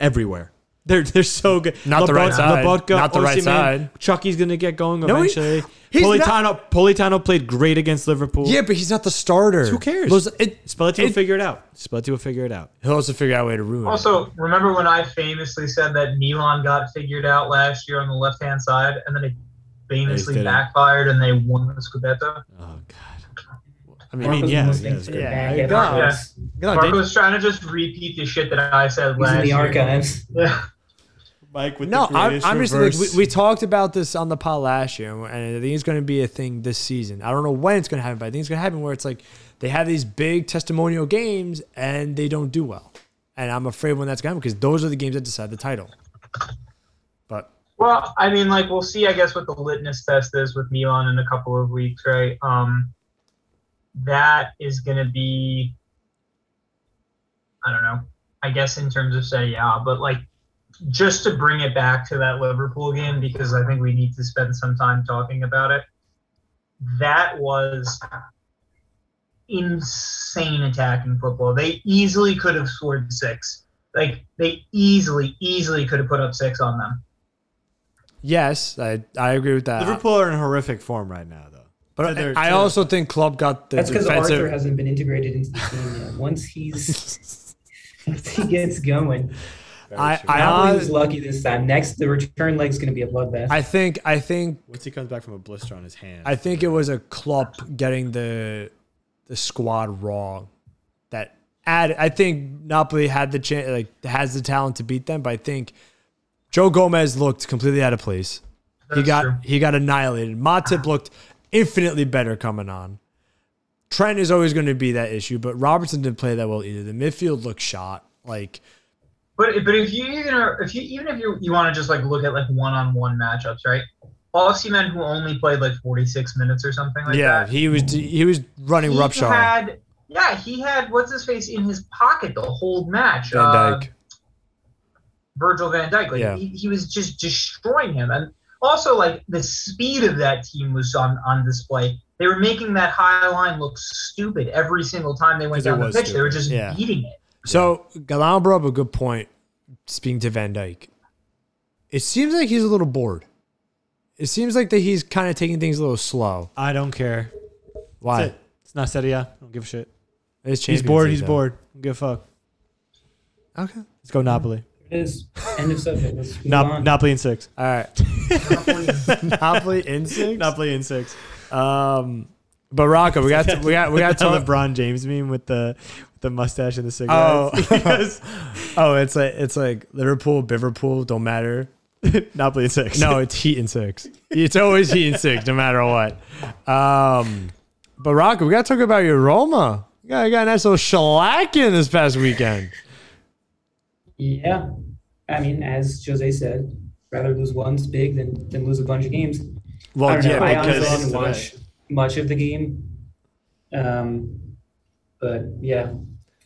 everywhere. They're they're so good.
Not the right
Lobotka-
side.
Lobotka,
Not the right
Osimhen,
side.
Chucky's gonna get going
No, he-
eventually.
he's
Politano Politano played great against Liverpool.
Yeah, but he's not the starter.
Who cares?
Those, it,
Spalletti will
It-
figure it out. Spalletti will figure it out.
he'll also figure out a way to ruin. it.
Also, remember when I famously said that Milan got figured out last year on the left hand side, and then it famously
didn't.
backfired and they won the Scudetto?
Oh god.
I
I
mean,
mean,
Marco's
yeah,
listening
yeah, it's
to
good.
the
Yeah,
back
there you
end of
go.
this.
no, they-
Marco's trying to just repeat the shit that I said
He's
last
in the
year. *laughs*
archives.
Mike with
no, I'm, I'm just like we, we talked about this on the pod last year, and I think it's going to be a thing this season. I don't know when it's going to happen, but I think it's going to happen where it's like they have these big testimonial games and they don't do well, and I'm afraid when that's going to happen because those are the games that decide the title. But
Well, I mean, like we'll see. I guess what the litmus test is with Milan in a couple of weeks, right? Um, that is going to be, I don't know. I guess in terms of Serie A, but like just to bring it back to that Liverpool game because I think we need to spend some time talking about it. That was insane attacking football. They easily could have scored six. Like they easily, easily could have put up six on them.
yes, I I agree with that.
Liverpool are in horrific form right now, though.
but
they're-
I, I
they're-
also think Club got the
That's because
defensive.
Arthur hasn't been integrated into the team yet.
*laughs*
Once he's once he gets going,
I I,
I
hon-
was lucky this time. Next, the return leg's going to be a bloodbath.
I think I think
Once he comes back from a blister on his hand,
I think it was a Klopp getting the the squad wrong that added. I think Napoli had the chance, like has the talent to beat them, but I think Joe Gomez looked completely out of place. he
That's
got
true.
he got annihilated. Matip looked infinitely better coming on. Trent is always going to be that issue, but Robertson didn't play that well either. The midfield looked shot. Like
But but if you even are, if you even if you you want to just like look at like one on one matchups, right? Osimhen, who only played like forty six minutes or something like
yeah,
that,
he was he was running
he
roughshod.
had yeah he had what's his face in his pocket the whole match.
Van
uh,
Dyke.
Virgil Van Dyke, like
Yeah.
he, he was just destroying him, and also like the speed of that team was on on display. They were making that high line look stupid every single time they went
'Cause it
down the
was
pitch. They were
stupid,
just
yeah.
beating it.
So Galan brought up a good point. Speaking to Van Dyke, it seems like he's a little bored. It seems like that he's kind of taking things a little slow.
I don't care.
Why?
That's it. It's not Serie A. I don't give a shit.
It's
He's
Champions
bored.
League,
He's
though.
bored. Don't give a fuck.
Okay.
Let's go Napoli.
it is end of subject. Let's move
Nap-
on.
Napoli in six.
All right.
*laughs*
Napoli in six.
Napoli in six.
Um, but Rocco, we got to, we got we got to
the
talk.
LeBron James meme with the with the mustache and the
Oh.
*laughs* cigarettes. Yes.
*laughs* Oh, it's like it's like Liverpool, Biverpool, don't matter. *laughs*
Napoli in six.
No, it's Heat and Six. It's always Heat and Six, no matter what. Um, but Rocco, we got to talk about your Roma. got, I got a nice little shellacking this past weekend.
Yeah. I mean, as Jose said, rather lose once big than, than lose a bunch of games. I
Well,
don't know.
yeah,
I honestly
because
didn't watch much of the game. Um, but yeah,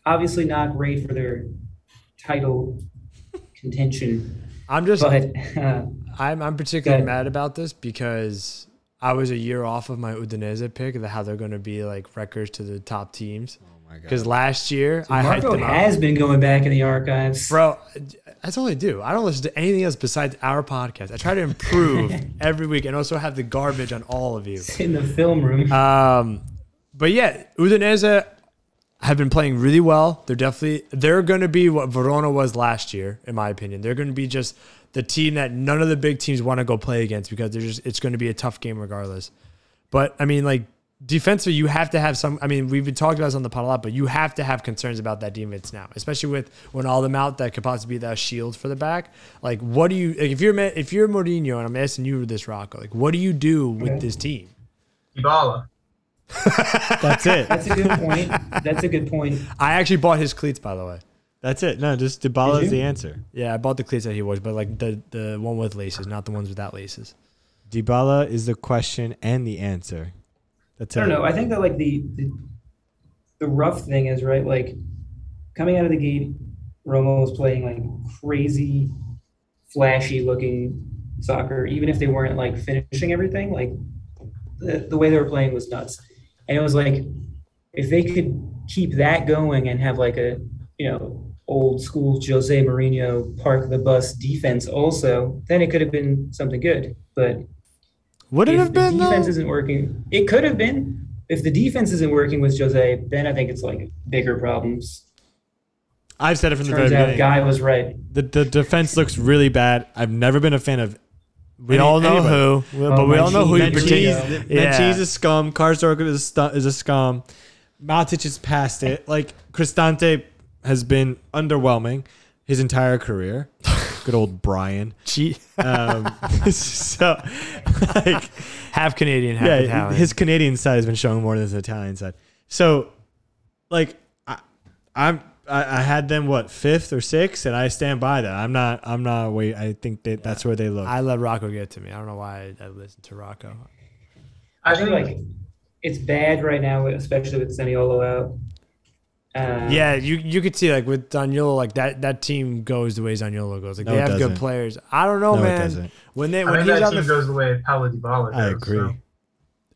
obviously not great for their title contention.
*laughs* I'm just
But uh,
I'm I'm particularly
Good.
mad about this because I was a year off of my Udinese pick of how they're going to be like records to the top teams.
Oh my God.
Because last year I hyped
Marco
them up.
has been going back in the archives.
Bro, that's all I do. I don't listen to anything else besides our podcast. I try to
*laughs*
improve every week and also have the garbage on all of you.
*laughs* in the film room.
Um, but yeah, Udinese have been playing really well. They're definitely they're going to be what Verona was last year, in my opinion. They're going to be just the team that none of the big teams want to go play against because they're just it's going to be a tough game regardless. But I mean, like defensively, you have to have some. I mean, we've been talking about this on the pod a lot, but you have to have concerns about that defense now, especially with when all them out that could possibly be that shield for the back. Like, what do you like, if you're Ma- if you're Mourinho and I'm asking you this, Rocco? Like, what do you do with this team?
Ibala.
*laughs* That's it.
That's a good point.
*laughs*
That's a good point.
I actually bought his cleats, by the way.
That's it. No, just Dybala
Did
is
you?
the answer.
Yeah, I bought the cleats that he wears, but like the the one with laces, not the ones without laces.
Dybala is the question and the answer. That's
I
it.
don't know. I think that like the, the the rough thing is right. Like coming out of the gate, Roma was playing like crazy, flashy looking soccer. Even if they weren't like finishing everything, like the, the way they were playing was nuts. And it was like if they could keep that going and have like a you know old school Jose Mourinho park the bus defense also, then it could have been something good. But
Would it
if
have been
the defense
though?
isn't working, it could have been. If the defense isn't working with Jose, then I think it's like bigger problems.
I've said it from the very
Turns out,
beginning.
guy was right.
the, the defense looks really bad. I've never been a fan of.
We all know who, we- but
Oh,
we all know who you
Mancini.
pretend.
Mancini.
Menchie's
Yeah.
is scum. Karsdorp is, a stu- is a scum. Matic is past it. Like Cristante has been underwhelming his
*laughs*
entire career. Good old Brian.
Gee,
Um, *laughs* so, like,
half Canadian, half
yeah,
Italian.
his Canadian side has been showing more than his Italian side. So, like, I, I'm I, I had them what fifth or sixth, and I stand by that. I'm not I'm not wait. I think that that's where they look.
I let Rocco get to me. I don't know why I listened to Rocco.
I think like it's bad right now, especially with Saniolo out. Uh,
Yeah, you you could see like with Daniolo, like that that team goes the way Daniolo goes. Like
No,
they
it
have good
doesn't.
players. I don't know,
No, it
man.
doesn't.
When they
I
when
think
he's
that
on
team
the
goes the way of Paulo Dybala.
I
goes,
agree.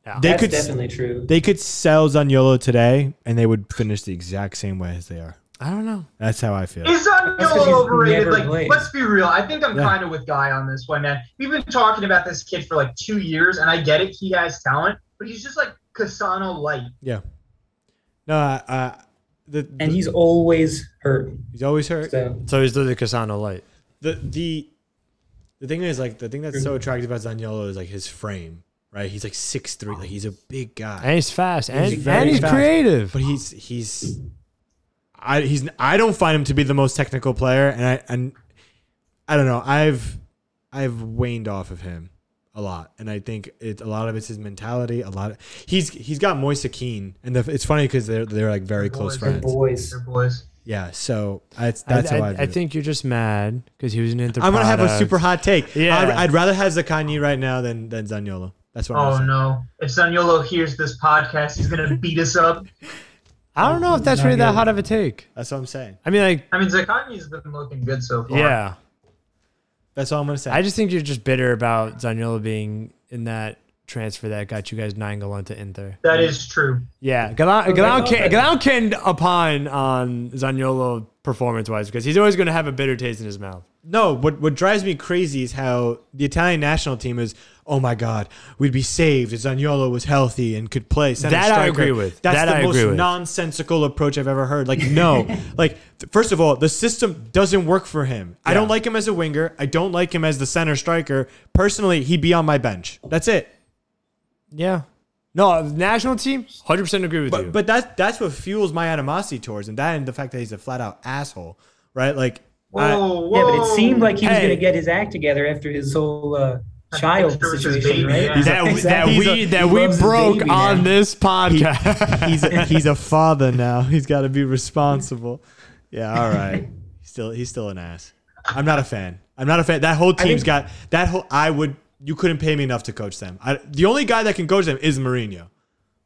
so.
they
that's
could s-
definitely true.
they could sell Zaniolo today, and they would finish the exact same way as they are.
I don't know.
That's how I
Mm.
feel.
Is
That's 'cause
Zaniolo
he's
overrated?
never
Like,
played.
let's be real. I think I'm
Yeah.
kind of with Guy on this one, man. We've been talking about this kid for like two years, and I get it. He has talent, but he's just like Casano light.
No, I, I, the,
And he's always hurt.
he's always hurt.
So
So he's literally Casano light.
the the the thing is like the thing that's so attractive about Zaniolo is like his frame, right? He's like six three, like he's a big guy,
And he's fast. And he's,
very
and he's
fast.
creative.
but he's he's I he's I don't find him to be the most technical player, and I and I don't know. I've I've waned off of him a lot, and I think it a lot of it's his mentality. A lot of he's he's got Moise Keane, and the, it's funny because they're they're like very close
Boys.
they're
friends.
boys.
They're boys.
Yeah, so I, that's
I-
that's
I,
how I,
I,
view it.
think you're just mad because he was an Inter.
I'm gonna have a
product.
super hot take.
Yeah.
I'd, I'd rather have Zakani right now than than Zaniolo. That's what. I'm
Oh
saying.
no! If Zaniolo hears this podcast, he's gonna beat us up.
I don't know if that's
Not
really that
good.
hot of a take.
That's what I'm saying.
I mean, like,
I mean, Zakani's been looking good so far.
yeah,
That's all I'm gonna say.
I just think you're just bitter about Zaniolo being in that transfer that got you guys nine Galan to Inter.
that is true.
Yeah, Galan, Galan,
not
can,
that-
Galan can opine on um, Zaniolo performance wise because he's always going to have a bitter taste in his mouth.
no, what what drives me crazy is how the Italian national team is. Oh my God, we'd be saved if Zaniolo was healthy and could play. center
That I
striker."
agree with.
That's
That
the
I
most
agree with.
nonsensical approach I've ever heard. Like
*laughs*
no, like th- first of all, the system doesn't work for him. I don't like him as a winger. I don't like him as the center striker. Personally, he'd be on my bench. That's it.
Yeah. No, national team, 100% agree with you.
But, but that's that's what fuels my animosity towards him. That and the fact that he's a flat out asshole, right? Like, I-
Whoa, whoa.
Uh, Yeah, but it seemed like he was
Hey.
going to get his act together after his whole uh, child
Picture with his baby,
situation, right?
yeah. He's
That, that
He's
we
a-
that
he
we
loves his
broke
baby now.
on this podcast. *laughs*
he's a, he's a father now. He's got to be responsible. Yeah, all right. He's still he's still an ass. I'm not a fan. I'm not a fan. That whole team's got
think-
that whole. I would you couldn't pay me enough to coach them. I, the only guy that can coach them is Mourinho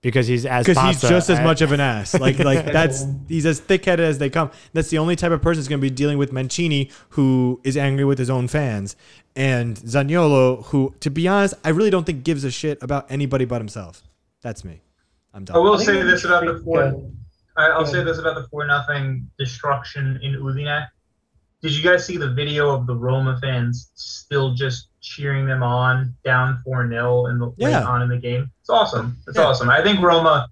because he's as
because he's
pasta
just as
a-
much of an ass. Like like that's he's as thick headed as they come. That's the only type of person that's going to be dealing with Mancini, who is angry with his own fans, and Zaniolo, who to be honest, I really don't think gives a shit about anybody but himself. That's me. I'm done.
I will
think
say
we
this about
should
the four.
go.
I- I'll
Go
say this about the four nothing destruction in Udine. Did you guys see the video of the Roma fans still just cheering them on down four 0 in the
Yeah.
late on in the game? It's awesome. It's
Yeah.
awesome. I think Roma,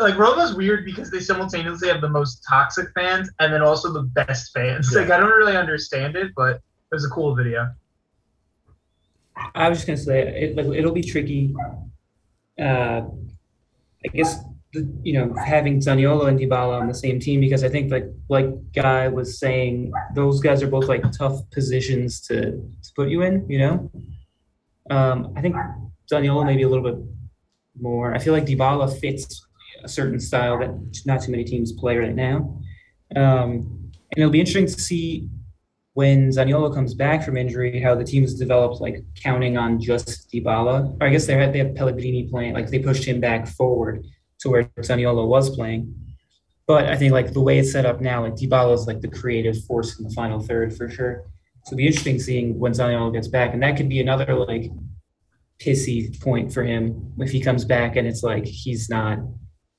like Roma's weird because they simultaneously have the most toxic fans and then also the best fans.
Yeah.
Like I don't really understand it, but it was a cool video.
I was just gonna say it, like, it'll be tricky. Uh, I guess the, you know having Zaniolo and Dybala on the same team because I think like like Guy was saying, those guys are both like tough positions to, to put you in. You know, um, I think Zaniolo maybe a little bit more. I feel like Dybala fits a certain style that not too many teams play right now, um, and it'll be interesting to see when Zaniolo comes back from injury, how the team's developed, like counting on just Dybala. Or I guess they had they had Pellegrini playing, like they pushed him back forward to where Zaniolo was playing. But I think like the way it's set up now, like Dybala is like the creative force in the final third for sure. So it'll be interesting seeing when Zaniolo gets back, and that could be another like pissy point for him if he comes back and it's like he's not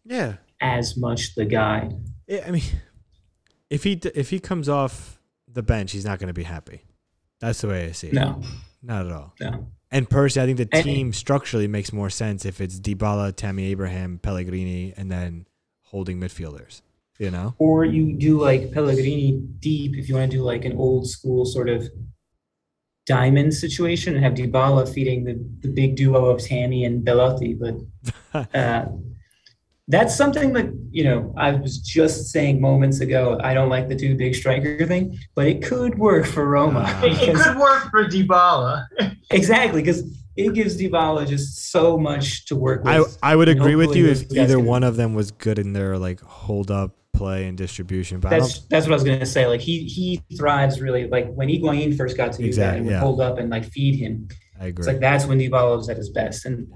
yeah.
as much the guy.
Yeah, I mean, if he if he comes off the bench, he's not going to be happy. That's the way I see it.
No,
not at all.
no.
And personally, I think the
And-
team structurally makes more sense if it's DiBala, Tammy Abraham, Pellegrini, and then holding midfielders. You know,
Or you do like Pellegrini deep if you want to do like an old school sort of diamond situation and have Dybala feeding the, the big duo of Tammy and
*laughs*
Bellotti. But uh, that's something that, you know, I was just saying moments ago, I don't like the two big striker thing, but it could work for Roma.
Ah.
It, it
because-
could work for Dybala.
*laughs* exactly, because it gives Dybala just so much to work
I
with.
I would
And
agree with
hopefully
you
those
if
guys
either
can-
one of them was good in their like hold up play and distribution. But I
That's
don't,
that's what I was gonna say. Like he he thrives really like when Iguain first got to do that
Exact-
and would
yeah.
hold up and like feed him.
I agree.
It's like that's when Dybala was at his best. And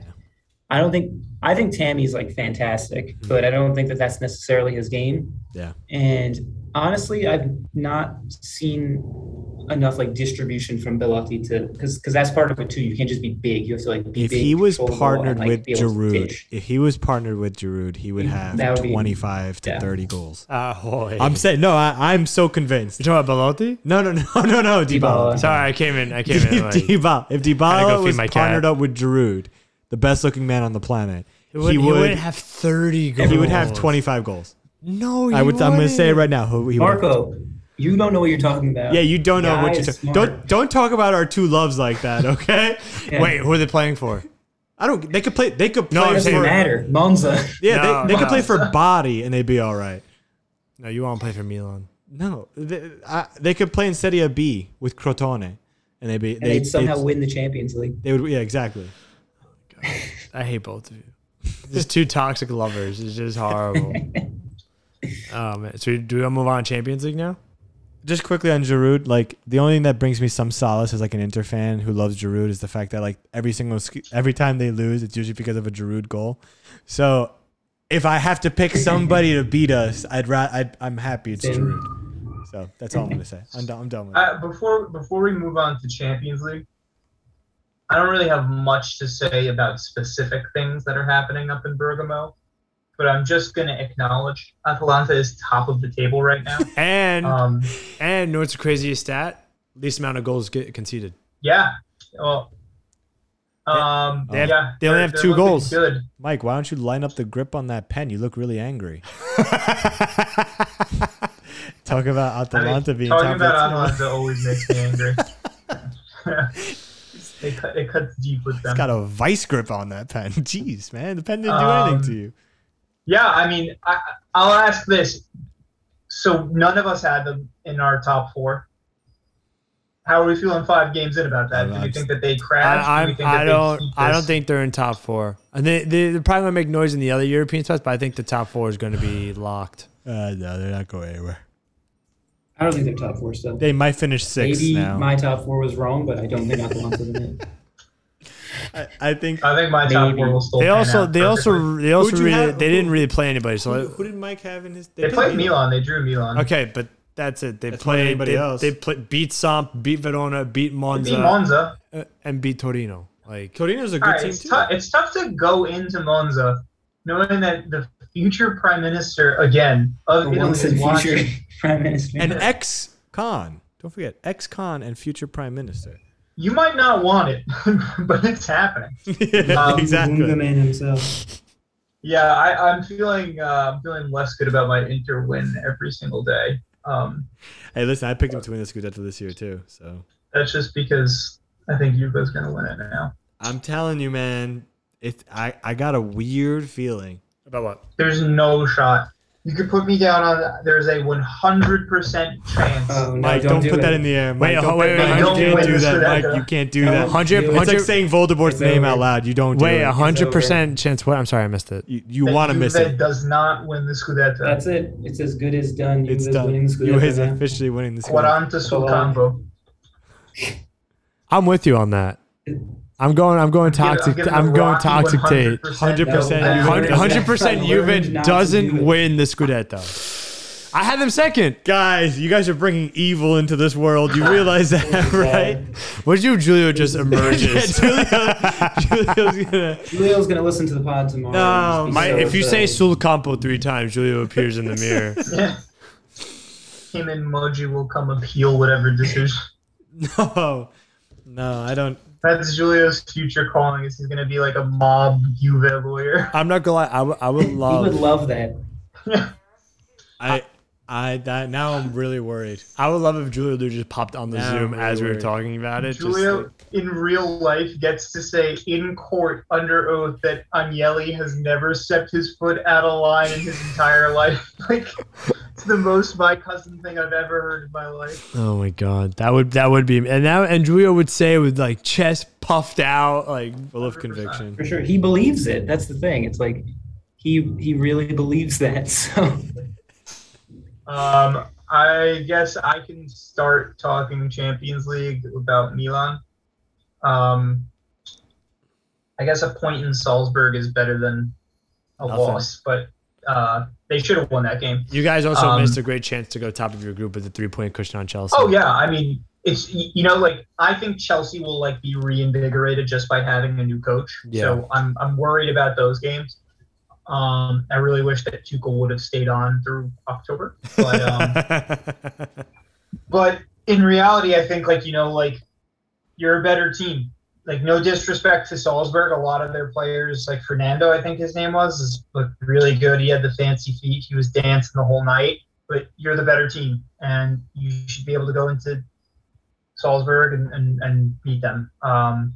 I don't think I think Tammy's like fantastic, but I don't think that that's necessarily his game.
Mm-hmm. Yeah.
And honestly, I've not seen enough like distribution from Bellotti to because because that's part of it too. You can't just be big. You have to like be
if
big,
he was
control the ball,
partnered
and, like,
with
be able to
Giroud,
dish.
if he was partnered with Giroud, he would
He-
have
that would be-
twenty five to
yeah.
thirty goals.
Ah, boy.
I'm saying no, I, I'm so convinced.
you talking about Belotti?
No, no, *laughs* no, no, no, Dybala.
Dybala.
Sorry, I came in. I came
*laughs*
in.
If
Like,
Dybala,
Gotta go
if Dybala
feed
was
my cat.
partnered up with Giroud, the best looking man on the planet,
he, would,
he would
have 30 goals.
he would have 25 goals.
No,
I would. I'm gonna say it right now. who he would have.
Marco, you don't know what you're talking about.
Yeah, you don't know
Guy
what you're
is
talking.
smart.
Don't don't talk about our two loves like that, *laughs* okay?
Yeah.
Wait, who are they playing for?
I don't. They could play. They could play.
No, I'm
doesn't
saying-
for,
matter. *laughs* Monza.
yeah,
No,
they, they could
no.
play
*laughs*
for body and they'd be all right.
No, you won't play for Milan.
No, they, I, they could play in Serie B with Crotone, and they'd be
And
they
they'd somehow win the Champions League.
They would. Yeah, exactly.
I hate both of you. Just two toxic lovers. It's just horrible. oh, man. So do we wanna move on to Champions League now?
just quickly on Giroud, like the only thing that brings me some solace as like an Inter fan who loves Giroud is the fact that like every single sc- every time they lose, it's usually because of a Giroud goal. So if I have to pick somebody to beat us, I'd ra- I'd, I'm happy it's
Same.
Giroud. So that's all I'm gonna say. I'm done. I'm done with it.
Uh, before before we move on to Champions League, I don't really have much to say about specific things that are happening up in Bergamo, but I'm just going to acknowledge Atalanta is top of the table right now.
And
um,
and you know what's the craziest stat? Least amount of goals get conceded.
yeah, well, um,
They have-
yeah,
they only
they're-
have
they're
two
looking
goals.
Good.
Mike, why don't you line up the grip on that pen? You look really
*laughs*
angry. Talk about
I mean,
Atalanta being
talking
top
about
of the
Atalanta always makes
*laughs*
me angry. *laughs* it, cut, it cuts deep
*laughs*
with
It's
them.
got a vice grip on that pen. Jeez, man, the pen didn't do
Um,
anything to you.
Yeah, I mean, I, I'll ask this. So none of us had them in our top four. How are we feeling five games in about that?
I'm-
Do
I'm-
you think that they crash?
I,
do
I'm,
you think that
I
they
don't.
keep
I don't
this?
think they're in top four. And they, they, they're probably gonna make noise in the other European spots, but I think the top four is going to be locked.
Uh, no, they're not going anywhere.
I don't think they're top four still.
They might finish six
Maybe
now.
my top four was wrong, but I don't think I belong to them. *laughs* in.
I, I think.
I think my top
Maybe.
four will still.
They
pan
also.
out
They
perfectly.
also. They also.
Who'd you
Really,
have?
they didn't
Who-
really play anybody. So
who, who did Mike have in his?
They played Milan. They drew Milan.
okay, but that's it. They
That's not
played.
anybody
They,
else.
they played. Beat Samp. Beat Verona. Beat
Beat
Monza.
Monza.
uh, And beat Torino. Like
Torino's a good
All right,
team
it's,
too.
tough. it's tough to go into Monza knowing that the future prime minister again of
The
Italy
once
is
in future
watching.
*laughs* prime minister. Um,
An ex-con. Don't forget ex-con and future prime minister. *laughs*
You might not want it, *laughs* but it's happening. Um,
Lunga man himself.
Yeah, I, I'm feeling uh, I'm feeling less good about my Inter win every single day. Um,
Hey, listen, I picked him to win the Scudetto this year too. So
that's just because I think Juve's going to win it now.
I'm telling you, man, it. I I got a weird feeling.
about what?
There's no shot. You could put me down on. There's a 100% chance.
Uh,
Oh, no,
Mike,
don't,
don't,
do
put
it.
that in the air. Mike,
Wait,
don't
oh, wait,
put-
wait,
Mike,
don't
you can't
win
do
the
that. Mike,
Scudetto.
you can't do
No,
that.
don't
Hundred-
do it.
It's like
hundred-
saying Voldemort's
It's
name
over.
out loud. You don't.
Wait,
do
a
it.
hundred percent chance. What? I'm sorry, I missed it.
You, you
that
want to miss
Juve
it.
does not win the Scudetto.
That's it. It's as good as done.
It's
Juve's winning
done.
the
You is
Scudetto now.
officially winning the Scudetto.
Quaranta sul campo.
I'm with you on that. I'm going. I'm going
I'm
toxic.
giving-
I'm
giving
going
Rocky
toxic. Tate.
100%
no.
Juve.
Hundred-
Hundred percent. Juve
Learned not to do
doesn't
it.
win the Scudetto. I had them second.
Guys, you guys are bringing evil into this world. You
*laughs*
realize that, right?
What did you, Julio? Just
*laughs* Yeah,
emerges.
Julio, Julio's gonna. oh,
Julio's gonna listen to the pod tomorrow.
No,
and just be
My,
so
if you say
excited.
Sul Campo three times, Julio appears in the mirror.
Yeah. *laughs* Him and Moji will come appeal whatever decision.
No, no, I don't.
That's Julio's future calling. Is he's gonna be like a mob Juve lawyer?
I'm not gonna lie. I would- I *laughs* would
he would
love.
love that.
I, I that now I'm really worried.
I would love if Julio Lou just popped on the
Now
Zoom
I'm
as we were
worried.
talking about it. just
Julio
like-
in real life gets to say in court under oath that Agnelli has never stepped his foot out of line in his entire life. *laughs* Like it's the most my cousin thing I've ever heard in my life.
Oh my god, that would that would be and now and Julio would say it with like chest puffed out, like
Full of
100%.
conviction.
For sure. He believes it. That's the thing. It's like he he really believes that. *laughs* So
Um, I guess I can start talking Champions League about Milan. Um, I guess a point in Salzburg is better than a
Nothing.
loss, but uh, they should have won that game.
you guys also
Um,
missed a great chance to go top of your group with a three point cushion on Chelsea.
Oh yeah, I mean it's y- you know like I think Chelsea will like be reinvigorated just by having a new coach.
Yeah.
So I'm I'm worried about those games. Um, I really wish that Tuchel would have stayed on through October, but um, but in reality, I think like you know like you're a better team. Like no disrespect to Salzburg, a lot of their players, like Fernando, I think his name was, is looked really good. He had the fancy feet. He was dancing the whole night but you're the better team and you should be able to go into Salzburg and, and, and beat them. Um,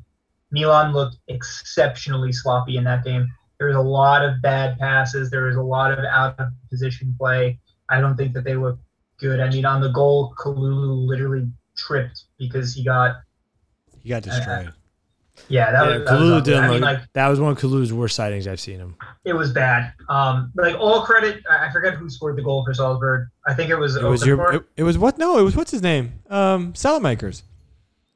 Milan looked exceptionally sloppy in that game. There was a lot of bad passes. There was a lot of out of position play. I don't think that they looked good. I mean, on the goal, Kalulu literally tripped because he got
He got destroyed.
yeah that
yeah,
was, that was
Kalulu
ugly.
didn't
I mean,
look-
like
that was one of Kalulu's worst sightings I've seen him.
it was bad. Um, like all credit, I I forget who scored the goal for Salzburg. I think it was
It was your. It, it was what? No, it was what's his name? Um, Salamakers.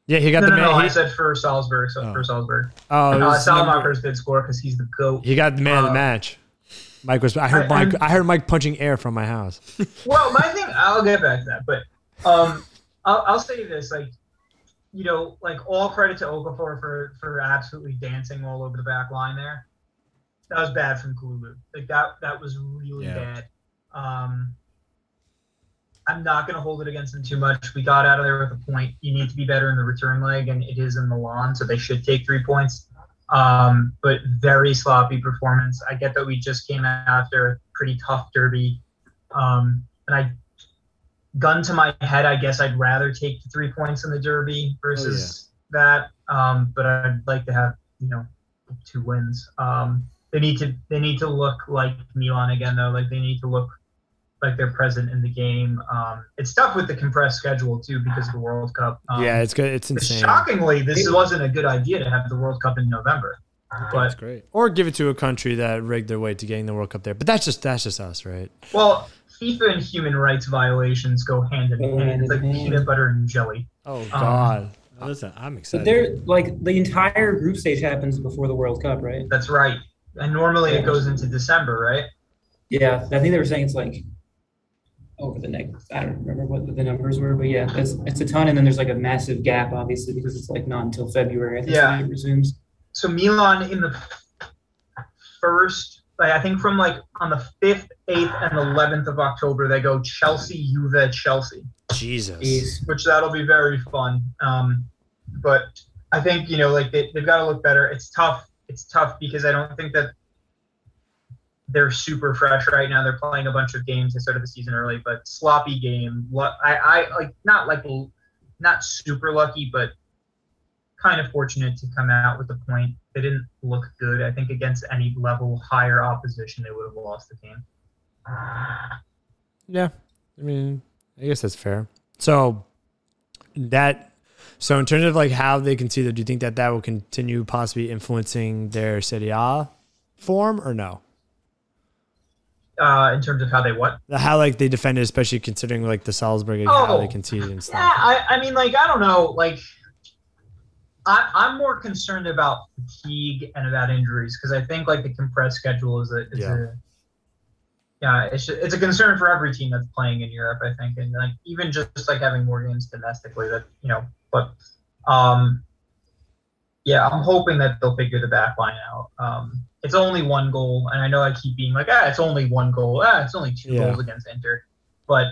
Yeah, he got
No,
the
no,
man.
no, I
he,
said for Salzburg. So
Oh.
For Salzburg.
oh, it
Uh,
was number-
Salamakers did score because he's the goat.
he got the man of the
uh,
match. Mike was. I heard
I-
Mike.
I'm-
I heard Mike punching air from my house.
Well, my thing, I'll get back to that, but um, I'll, I'll say this: like, you know, like all credit to Okafor for for absolutely dancing all over the back line there. That was bad from Kulu. Like that that was really
Yeah.
bad. Um, I'm not gonna hold it against them too much. We got out of there with a point. You need to be better in the return leg, and it is in Milan, so they should take three points. Um, but very sloppy performance. I get that we just came after a pretty tough derby. Um, and I, gun to my head, I guess I'd rather take the three points in the derby versus that. Um, but I'd like to have you know two wins. Um, they need to they need to look like Milan again though. Like they need to look like they're present in the game. Um, it's tough with the compressed schedule too because of the World Cup. Um,
yeah, it's good. It's
but
insane.
shockingly, this wasn't a good idea to have the World Cup in November. But
That's great. Or give it to a country that rigged their way to getting the World Cup there. But that's just that's just us, right?
well, FIFA and human rights violations go hand in
Go
hand.
hand
It's like
in hand.
peanut butter and jelly.
Oh God.
Now, Uh, Listen, I'm
But
excited.
they're like the entire group stage happens before the World Cup, right?
That's right. And normally it goes into December, right?
Yeah, I think they were saying it's like over the next. I don't remember what the numbers were, but yeah, it's it's a ton, and then there's like a massive gap, obviously, because it's like not until February. I think
Yeah.
it resumes.
so Milan in the first, like, I think from like on the fifth, eighth, and eleventh of October, they go Chelsea, Juve, Chelsea,
Jesus.
Jeez.
which that'll be very fun. Um, but I think you know, like they, they've got to look better. It's tough. It's tough because I don't think that they're super fresh right now. They're playing a bunch of games. They started the season early, but sloppy game. Lu- I, I like not like l- not super lucky, but kind of fortunate to come out with a point. They didn't look good. I think against any level higher opposition, they would have lost the game.
Yeah. I mean, I guess that's fair. So that so in terms of like how they consider, do you think that that will continue possibly influencing their Serie A form or no?
Uh, in terms of how they what?
How like they defended, especially considering like the Salzburg and how they
Oh.
conceded and
Yeah,
stuff.
I, I mean, like, I don't know. Like, I, I'm more concerned about fatigue and about injuries because I think, like, the compressed schedule is a. Is
Yeah.
yeah. a yeah, it's, ju- it's a concern for every team that's playing in Europe, I think, and like even just like having more games domestically, that you know. But, um, yeah, I'm hoping that they'll figure the back line out. Um, it's only one goal, and I know I keep being like, ah, it's only one goal, ah, it's only two
Yeah.
goals against Inter, but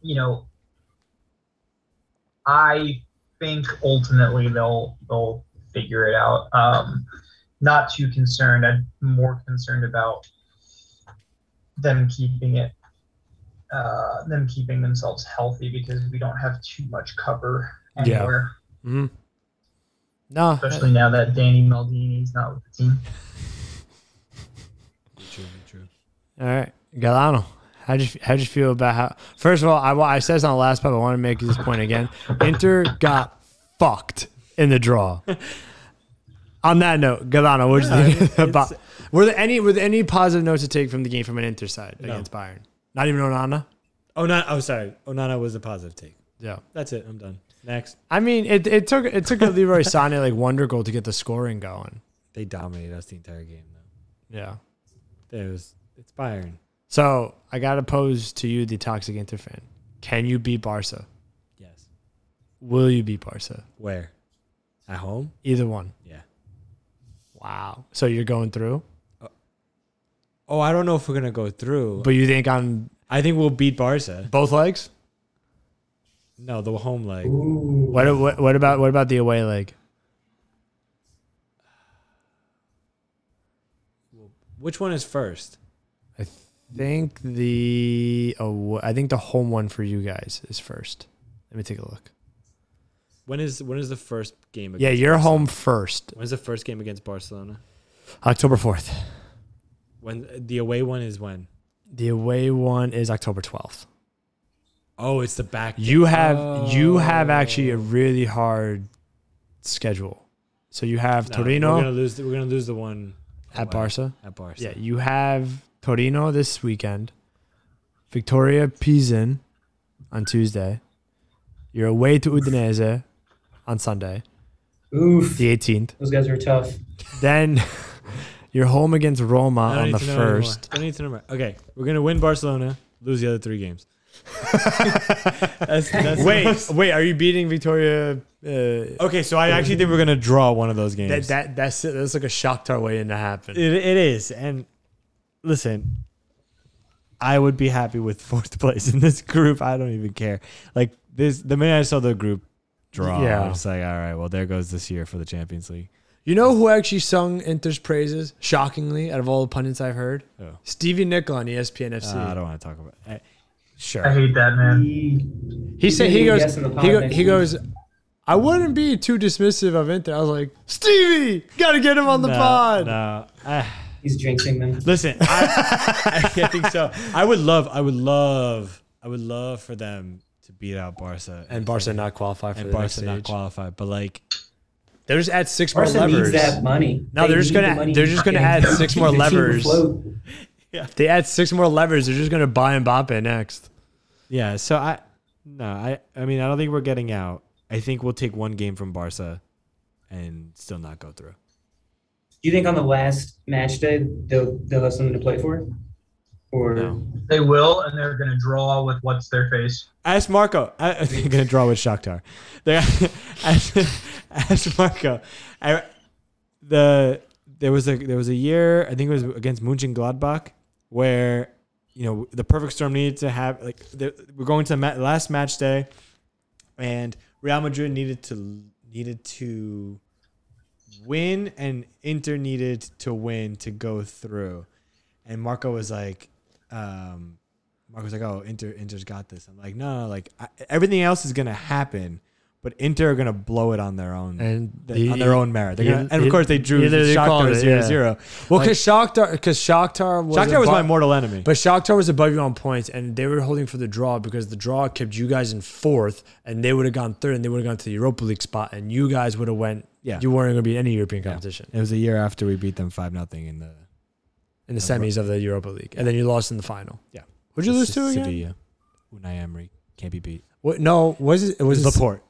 you know, I think ultimately they'll they'll figure it out. Um, not too concerned. I'm more concerned about them keeping it, uh, them keeping themselves healthy because we don't have too much cover
Yeah.
anywhere,
Mhm. No,
especially now that Danny Maldini's not with the team.
true, true.
All right, Galano, how would you how would you feel about how? First of all, I wa- I said this on the last pod, but I want to make this point again. Inter got fucked in the draw. on that note, Galano, what
Yeah,
did you think
it's-
about? Were there any were there any positive notes to take from the game from an Inter side
No.
against Bayern? Not even Onana.
Oh, not. Oh, sorry. Onana was a positive take.
Yeah,
That's it. I'm done. Next,
I mean it. It took it took a Leroy Sané like wonder goal to get the scoring going.
they dominated us the entire game, though.
Yeah.
There was. It's Bayern.
So I gotta pose to you, the toxic Inter fan: Can you beat Barca?
Yes.
Will you beat Barca?
Where? At home?
Either one.
Yeah.
Wow. So you're going through,
Oh, I don't know if we're gonna go through.
but you think on
I think we'll beat Barca.
both legs?
No, the home leg.
Ooh.
What, what what about what about the away leg?
Which one is first?
I think the awa- I think the home one for you guys is first. Let me take a look.
When is when is the first game?
Yeah,
against
you're
Barcelona?
home first,
When's the first game against Barcelona?
October fourth.
When the away one is when?
The away one is October twelfth.
Oh, it's the back.
You have you have actually a really hard schedule. So you have
No, We're gonna
Torino
lose. The, we're gonna lose the one
at
away.
Barca.
At Barca.
Yeah, you have Torino this weekend, Victoria Pisan on Tuesday. You're away to Udinese on Sunday,
Oof.
the 18th.
Those guys are tough.
Then *laughs* you're home against Roma
I don't
on
need
the
to know anymore.
first.
Don't need to know. more. Okay, we're gonna win Barcelona. Lose the other three *laughs* games. that's, that's
Wait, wait, are you beating Victoria? Uh,
Okay, so I actually think we're gonna draw one of those games.
that, that that's it. That's like a Shakhtar waiting to happen.
It, it is. And listen, I would be happy with *laughs* fourth place in this group. I don't even care. Like this, the minute I saw the group draw, yeah.
Yeah.
I was like, all right, well, there goes this year for the Champions League.
You know who actually sung Inter's praises? Shockingly, out of all the pundits I've heard,
Who?
Stevie Nickel on E ESPN FC.
Uh, I don't want to talk about. I,
I
sure.
hate that man.
He said
gonna
he
be a
goes.
guest on the pod
He, go,
next
he
week.
goes. I wouldn't be too dismissive of Inter. I was like, Stevie, gotta get him on the
no,
pod.
No, I,
He's jinxing them.
Listen, I, *laughs* I think so. I would love, I would love, I would love for them to beat out Barca
and Barca not qualify for
and
the
Barca
next
not
stage.
qualify. But like,
they're just at six
Barca
more
needs
levers.
that money.
No, they're just
need
gonna-
the money
they're just gonna
*laughs* to
add six
keep
more
the team
levers.
afloat.
They add six more levers. They're just going to buy Mbappe next.
yeah. So I, no, I, I mean, I don't think we're getting out. I think we'll take one game from Barca, and still not go through.
Do you think on the last match day they'll they'll have something to play for? Or
No.
They will, and they're going to draw with what's their face.
Ask Marco. I, *laughs* I'm gonna draw with Shakhtar. There, *laughs* ask, ask Marco. I, the there was a there was a year I think it was against Munchen Gladbach where you know the perfect storm needed to have like the, we're going to the ma- last match day and Real Madrid needed to needed to win and Inter needed to win to go through and Marco was like um Marco was like oh Inter Inter's got this I'm like no no like I, everything else is gonna happen but Inter are gonna blow it on their own
And
th-
he-
on their own merit They're
he-
gonna, and
he-
of course they drew
he literally called
Shakhtar
it,
0-0
yeah. Well, because Shakhtar, because Shakhtar was
Shakhtar was
abo-
my mortal enemy.
but Shakhtar was above you on points, and they were holding for the draw because the draw kept you guys in fourth, and they would have gone third, and they would have gone to the Europa League spot, and you guys would have went.
Yeah.
you weren't going to be in any European competition
it was a year after we beat them five nothing in the
in the semis of the Europa League, and then you lost in the final.
yeah.
Would you lose to again?
Unai Emery can't be beat.
What, no, was it? It was
Laporte.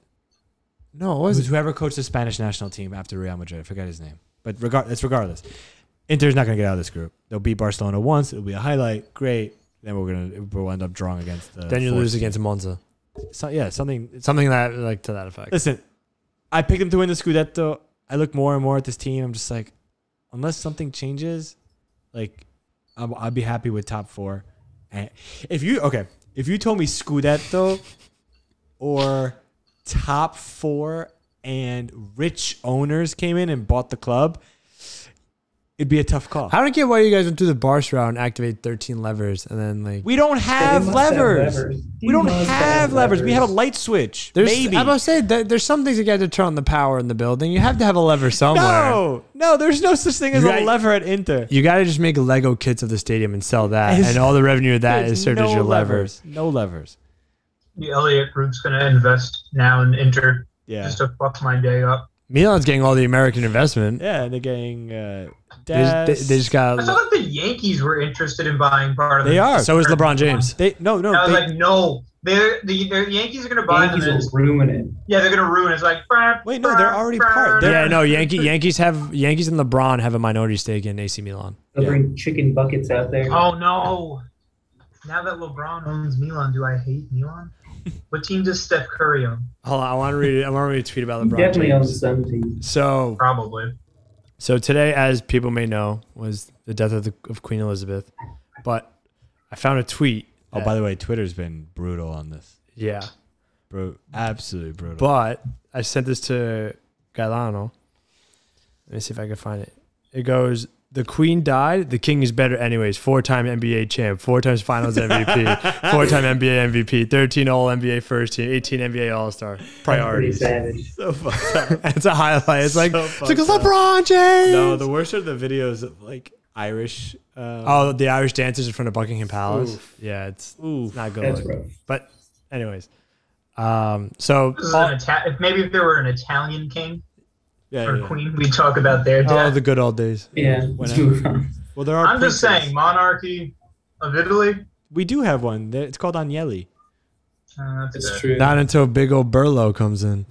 No, it
It
was
was whoever coached the Spanish national team after Real Madrid. I forgot his name, but regard that's regardless. Inter's not going to get out of this group. They'll beat Barcelona once. It'll be a highlight. Great. Then we're gonna we'll end up drawing against. The
Then you
fourth
lose
team.
against Monza,
So, yeah, something.
something that like to that effect.
Listen, I picked them to win the Scudetto. I look more and more at this team. I'm just like, unless something changes, like, I'm, I'd be happy with top four. And if you okay, if you told me Scudetto or top four and rich owners came in and bought the club, it'd be a tough call.
I don't get why you guys went through the Barca route and activate 13 levers and then like
we don't have
must have
levers.
levers.
We
They
don't
must
have,
have
levers. We
levers.
have a light switch.
there's
maybe.
I must say that there's some things that you have to turn on the power in the building. You have to have a lever somewhere.
No, no, there's no such thing as
You
a
got-
lever at Inter.
You got to just make Lego kits of the stadium and sell that,
It's-
and all the revenue of that is served as your levers.
No levers.
The Elliott Group's going to invest now in Inter
Yeah.
just to fuck my day up.
Milan's getting all the American investment.
Yeah, and they're getting uh,
They, just, they, they just
I
got.
thought the Yankees were interested in buying part of
They
it.
are.
*laughs* So is LeBron James.
They no
And I
no
was
they,
like, no, they're the they're, Yankees are going to buy
Yankees
them. and
will ruin it.
yeah, they're going to ruin. it. It's like brr,
Wait, no, they're
brr,
already
brr.
part. They're-
Yeah, no. Yankee Yankees have Yankees and LeBron have a minority stake in AC Milan.
They'll
Yeah.
bring chicken buckets out there.
Oh no! Now that LeBron owns Milan, do I hate
*laughs*
Milan? what team does Steph Curry own?
Hold on, I want to read. I want to read a tweet about
he
LeBron
definitely
James.
owns some team.
So
Probably.
So today, as people may know, was the death of, the, of Queen Elizabeth. But I found a tweet.
Oh, by the way, Twitter's been brutal on this.
Yeah.
Bro, absolutely brutal.
But I sent this to Galano. Let me see if I can find it. It goes, the queen died. The king is better anyways. Four-time NBA champ. Four times finals
*laughs*
MVP. Four-time NBA MVP. 13 All-NBA first team. 18 NBA All-Star.
Pretty
Priorities.
savage.
so fucked up.
*laughs* it's a highlight. It's like,
So
it's like
fucked up.
LeBron James.
*laughs* no, the worst are the videos of like Irish. Um,
oh, the Irish dancers in front of Buckingham Palace.
Oof.
Yeah, it's,
ooh,
it's not good.
That's
look.
rough.
But anyways, um, so
This is
all,
an
Uh,
Ita- if maybe if there were an Italian king
yeah,
or
yeah.
queen, we talk about their
all
death.
Oh, the good old days.
Yeah. Let's
Whatever.
move on.
Well, there are.
I'm just
princes.
saying, monarchy of Italy.
we do have one. There- It's called Agnelli.
Uh, that's
That's
good.
true.
Not until big old Burlo comes in.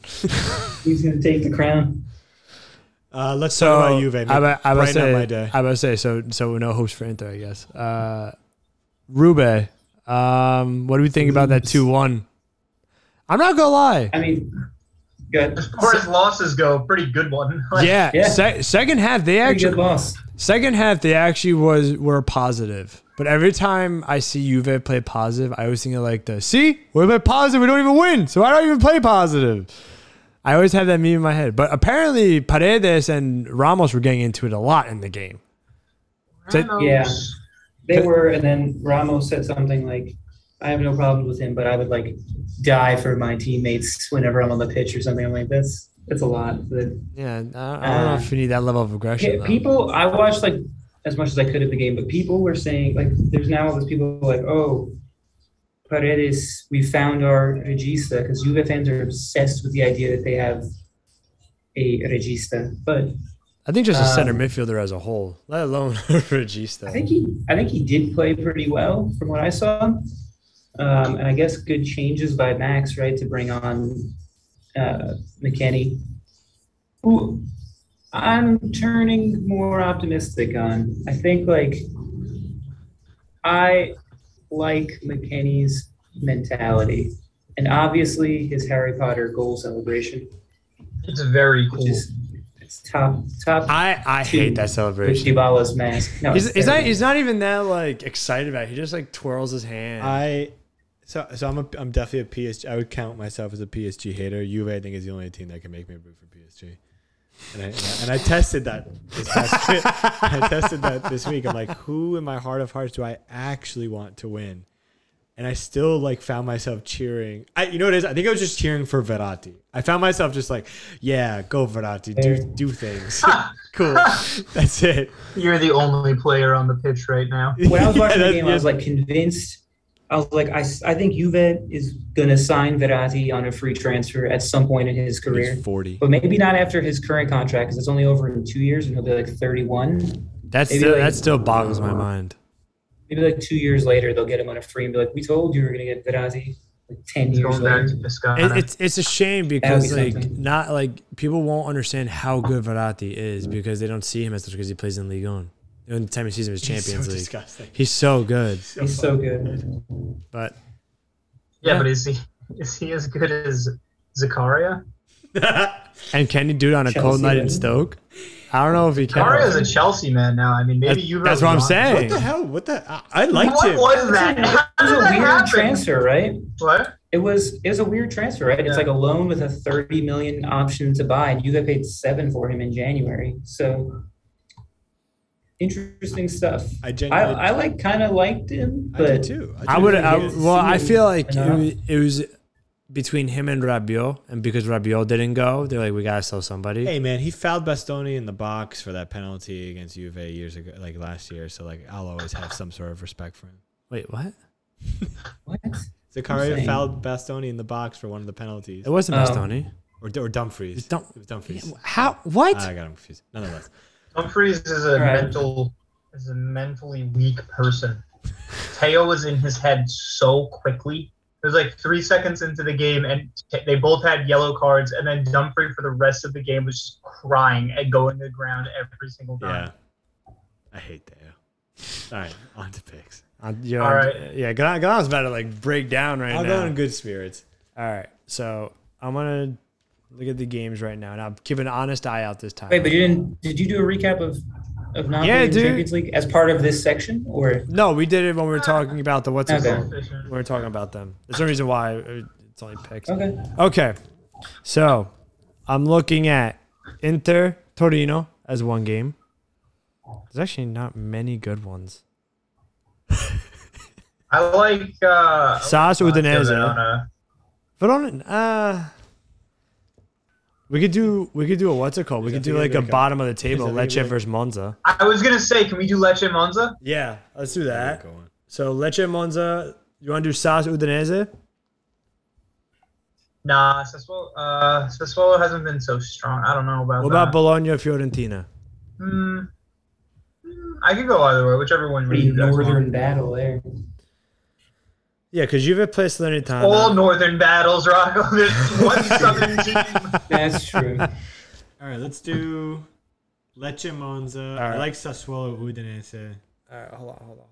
Who's gonna take the crown?
Uh, let's
So
talk about Juve.
I about I about
Brighten up
say
my day.
I about say so so no hopes for Inter I guess. Uh, Rube, um, what do we think about that two one? I'm not gonna lie.
I mean, good.
As far as losses go, pretty good one. *laughs* Like,
Yeah,
Yeah.
Se- second half they
Pretty good
actually
loss.
second half they actually was were positive. But every time I see Juve play positive, I always think of like the see we play positive, we don't even win, so I don't even play positive. I always have that meme in my head. But apparently Paredes and Ramos were getting into it a lot in the game.
Ramos.
Yeah. They were, and then Ramos said something like, "I have no problems with him, but I would like die for my teammates whenever I'm on the pitch or something." I'm like, that's that's a lot. But
Yeah, I, I don't know if you need that level of aggression.
Pe-
though.
people, I watched like as much as I could at the game, but people were saying like there's now all these people like, oh, Paredes, we found our regista because Juve fans are obsessed with the idea that they have a regista. But
I think just a center
Um,
midfielder as a whole, let alone *laughs* Regista.
I think he I think he did play pretty well from what I saw. Um, and I guess good changes by Max, right, to bring on uh, McKenny, who I'm turning more optimistic on. I think like I like McKenny's mentality, and obviously his Harry Potter goal celebration,
It's very
which
cool.
is it's top top.
I, I hate that
with
celebration.
Dybala's mask. No,
He's,
it's
he's, not,
terrible.
he's not even that like excited about it. He just like twirls his hand.
I so so I'm a, I'm definitely a PSG. I would count myself as a PSG hater. Juve I think is the only team that can make me root for PSG. And I, and I tested that. This past *laughs* week. I tested that this week. I'm like, who in my heart of hearts do I actually want to win? And I still like found myself cheering. I, you know what it is? I think I was just cheering for Verratti. I found myself just like, yeah, go Verratti, do do
*laughs*
things. *laughs* cool. That's it.
You're the only player on the pitch right now. *laughs*
when I was watching
Yeah,
the game, I
that's-
was like convinced. I was like, I, s- I think Juve is going to sign Verratti on a free transfer at some point in his career,
He's 40.
but maybe not after his current contract because it's only over in two years and he'll be like 31.
That's
Maybe,
still,
like-
that still boggles my mind.
Maybe like two years later, they'll get him on a free and be like, we told you we were going to get Verratti like 10
It's
years
going back
later.
to
It,
Toscana.
it's it's a shame because
be
like
something.
not like people won't understand how good Verratti is because they don't see him as much because he plays in Ligue 1. The only time you see him is
He's so
Champions League.
disgusting.
He's so
*laughs*
good,
He's so good.
but
yeah, but is he is he as good as Zakaria?
and can he do it on a cold
Chelsea
night in
win.
Stoke? I don't know if he can.
Zakaria's a Chelsea man now. I mean, maybe
That's,
you.
that's what I'm saying.
What the hell? What the? I, I liked
What
him.
was that?
It
How
was
did
a
that
weird
happen?
transfer, right?
What?
It was it was a weird transfer, right?
Yeah.
It's like a loan with a 30 million option to buy, and Juve paid seven for him in January. So interesting stuff.
I
I,
genuinely.
I like kind of liked him,
I did
but
too.
I would. I,
genuinely did.
well, I feel like it,
enough.
was, it was between him and Rabiot, and because Rabiot didn't go, they're like, we gotta sell somebody.
Hey man, he fouled Bastoni in the box for that penalty against Juve years ago, like last year. So like, I'll always have some sort of respect for him.
Wait, what?
what?
Zakaria
Insane.
fouled Bastoni in the box for one of the penalties,
It wasn't
Oh.
Bastoni.
or or Dumfries.
It's Dum-
it was Dumfries. Ah,
How? What?
I got him confused. Nonetheless,
Humphreys is a
All right.
mental is a mentally weak person. Teo was in his head so quickly. It was like three seconds into the game, and t- they both had yellow cards. And then Dumfries for the rest of the game was just crying and going to the ground every single
yeah,
time.
I hate Deo. All right, *laughs* on to picks.
Uh, yeah,
All right.
yeah. Gal- Galan's about to like break down right
I'll
now.
go in good spirits.
All right, so I'm gonna look at the games right now, and I'll keep an honest eye out this time.
Wait, but you didn't? Did you do a recap of of not
Yeah,
being in
dude.
Champions League as part of this section, or
no, we did it when we were talking about the what's it
Okay.
called? We were talking about them. There's no reason why uh, it's only picks.
okay?
Okay. So I'm looking at Inter Torino as one game. There's actually not many good ones.
I like uh,
Sas Udinese.
Verona.
Verona uh we could do we could do a what's it called? We could
that
do
the
like a
America?
bottom of the table,
that the
Lecce
America?
versus Monza.
I was gonna say, can we do Lecce Monza?
Yeah, let's do that.
Go on.
So Lecce Monza, you want to do Sas Udinese?
Nah, Sassuolo, uh, Sassuolo hasn't been so strong. I don't know about
What
that.
about Bologna Fiorentina?
Hmm. Hmm, I could go either way, whichever one
Pretty
you guys want.
northern battle there.
Yeah, because Juve plays
All
Salernitana.
northern battles, Rocco. *laughs* There's
*laughs*
one southern team. *laughs*
That's true.
All right, let's do Lecce Monza. I
right.
like Sassuolo Udinese.
All right, hold on, hold on.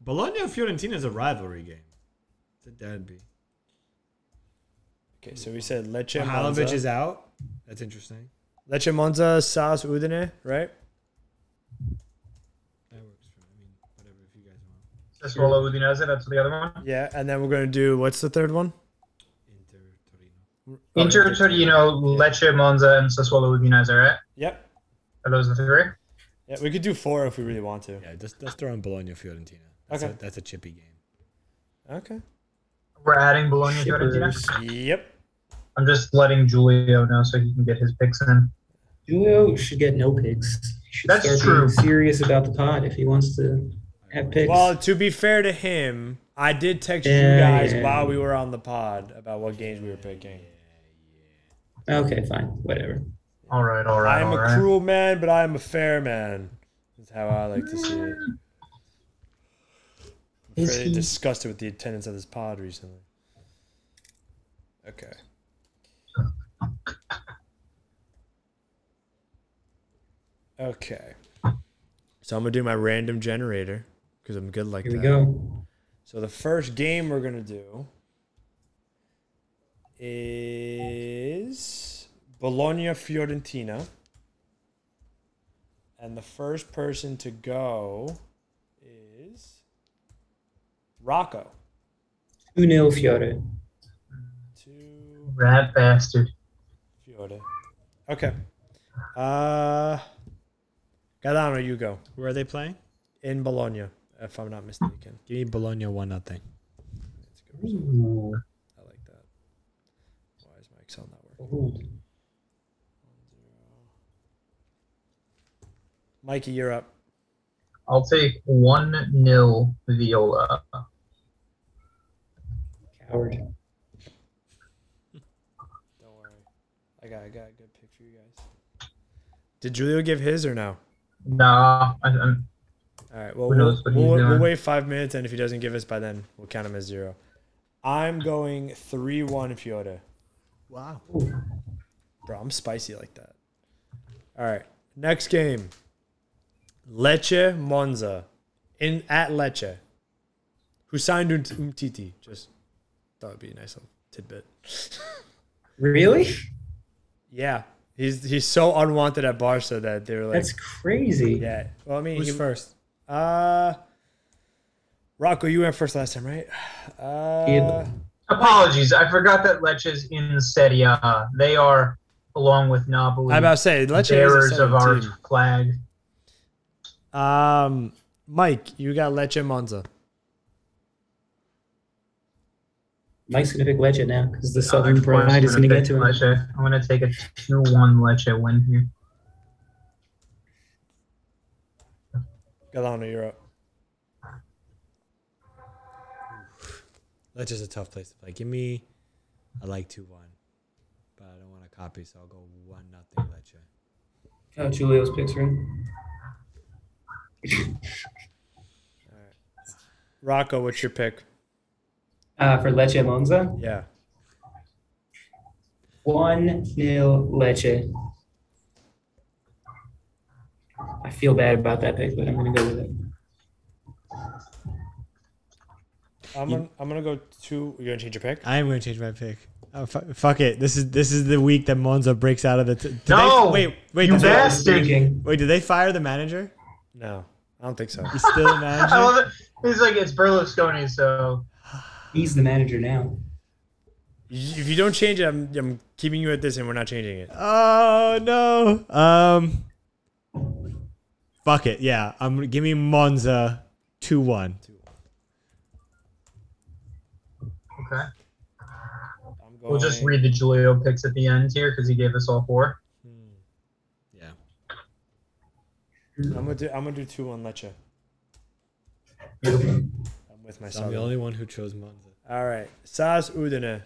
Bologna Fiorentina is a rivalry game. It's a derby.
Okay, so we said Lecce Monza.
Halovic is out. That's interesting.
Lecce Monza, Sas Udine, right?
That works for me. I mean, whatever if you guys want.
Sassuolo Udinese, that's the other one.
Yeah, and then we're gonna do what's the third one?
Inter Torino.
Inter Torino, Lecce Monza, and Sassuolo Udinese, right?
Yep.
Are those the three?
Yeah, we could do four if we really want to.
Yeah, just let's throw in Bologna Fiorentina.
That's
That's
Okay.
okay.
a-
A, that's a chippy game.
Okay.
We're adding Bologna
Shippers.
Fiorentina.
Yep.
I'm just letting Julio know so he can get his picks in.
Julio should get no picks. should
That's
start
true.
being serious about the pod if he wants to have picks.
Well, to be fair to him, I did text you
Yeah,
guys
yeah.
while we were on the pod about what games we were picking.
okay, fine, whatever.
All right, all right,
I am
all
a
right.
cruel man, but I am a fair man. Is how I like to see it. I'm
Is
fairly
he-
disgusted with the attendance of this pod recently. Okay. Okay. So I'm gonna do my random generator because I'm good like
Here
that.
we go.
So the first game we're gonna do is Bologna Fiorentina, and the first person to go is Rocco.
Two 0 Fiore.
Two
Rat bastard.
Fiore. Okay. Uh, Galano, you go
Where are they playing?
in Bologna, if I'm not mistaken.
Give me Bologna one nothing.
Ooh.
I like that. Why is my Excel not working?
Ooh.
Mikey, you're up.
I'll take one nil Viola.
Coward.
Don't worry. I got I got a good pick for you guys. Did Julio give his or no?
Nah, I, I'm,
All right. Well,
Who
we'll,
knows what he's
we'll, we'll
doing?
wait five minutes, and if he doesn't give us by then, we'll count him as zero. I'm going three one Fiore.
Wow.
Bro, I'm spicy like that. All right. Next game. Lecce Monza in at Lecce. Hussein Umtiti. Just thought it'd be a nice little tidbit. *laughs*
Really?
Yeah, he's he's so unwanted at Barca that they were like,
That's crazy.
yeah. Well, I mean,
Who's
he-
first?
Uh, Rocco, you went first last time, right? Uh,
Yeah.
apologies. I forgot that Lecce's in Serie A. They are, along with Napoli,
I'm about to say, let's
bearers
change
of our
team.
flag.
Um, Mike, you got Lecce Monza.
Mike's gonna pick Lecce now because the
I'm
Southern Pride is gonna
gonna
get
pick
to him.
Lecce. I'm going to take a 2 1 Lecce win here.
Galano, you're up.
That's just a tough place to play. Give me, I like two one, but I don't want to copy, so I'll go one nothing. Lecce.
Oh, Julio's picks right.
Rocco, what's your pick?
Uh, for Lecce Monza,
Yeah.
one 0 Lecce. I feel bad about that pick, but I'm gonna go with it.
I'm gonna, I'm gonna go two. You're gonna change your pick?
I am going to change my pick. Oh, fu- fuck it. This is this is the week that Monza breaks out of the. T- did they-
No!
wait, wait,
You
did they-
bet. Bastard.
Thinking.
wait. Did they fire the manager?
No, I don't think so.
He's still
*laughs*
the
I
manager.
love it. It's like it's Berlusconi, so
He's the manager now.
if you don't change it, I'm, I'm keeping you at this, and we're not changing it.
oh no. Um. Fuck it. Yeah. I'm gonna give me Monza two one.
okay.
I'm going.
We'll just read the Julio picks at the end here because he gave us all four.
Yeah.
I'm gonna do. I'm gonna do two on Lecce. I'm with my
So I'm
son.
the only one who chose Monza.
All right, Sas Udine.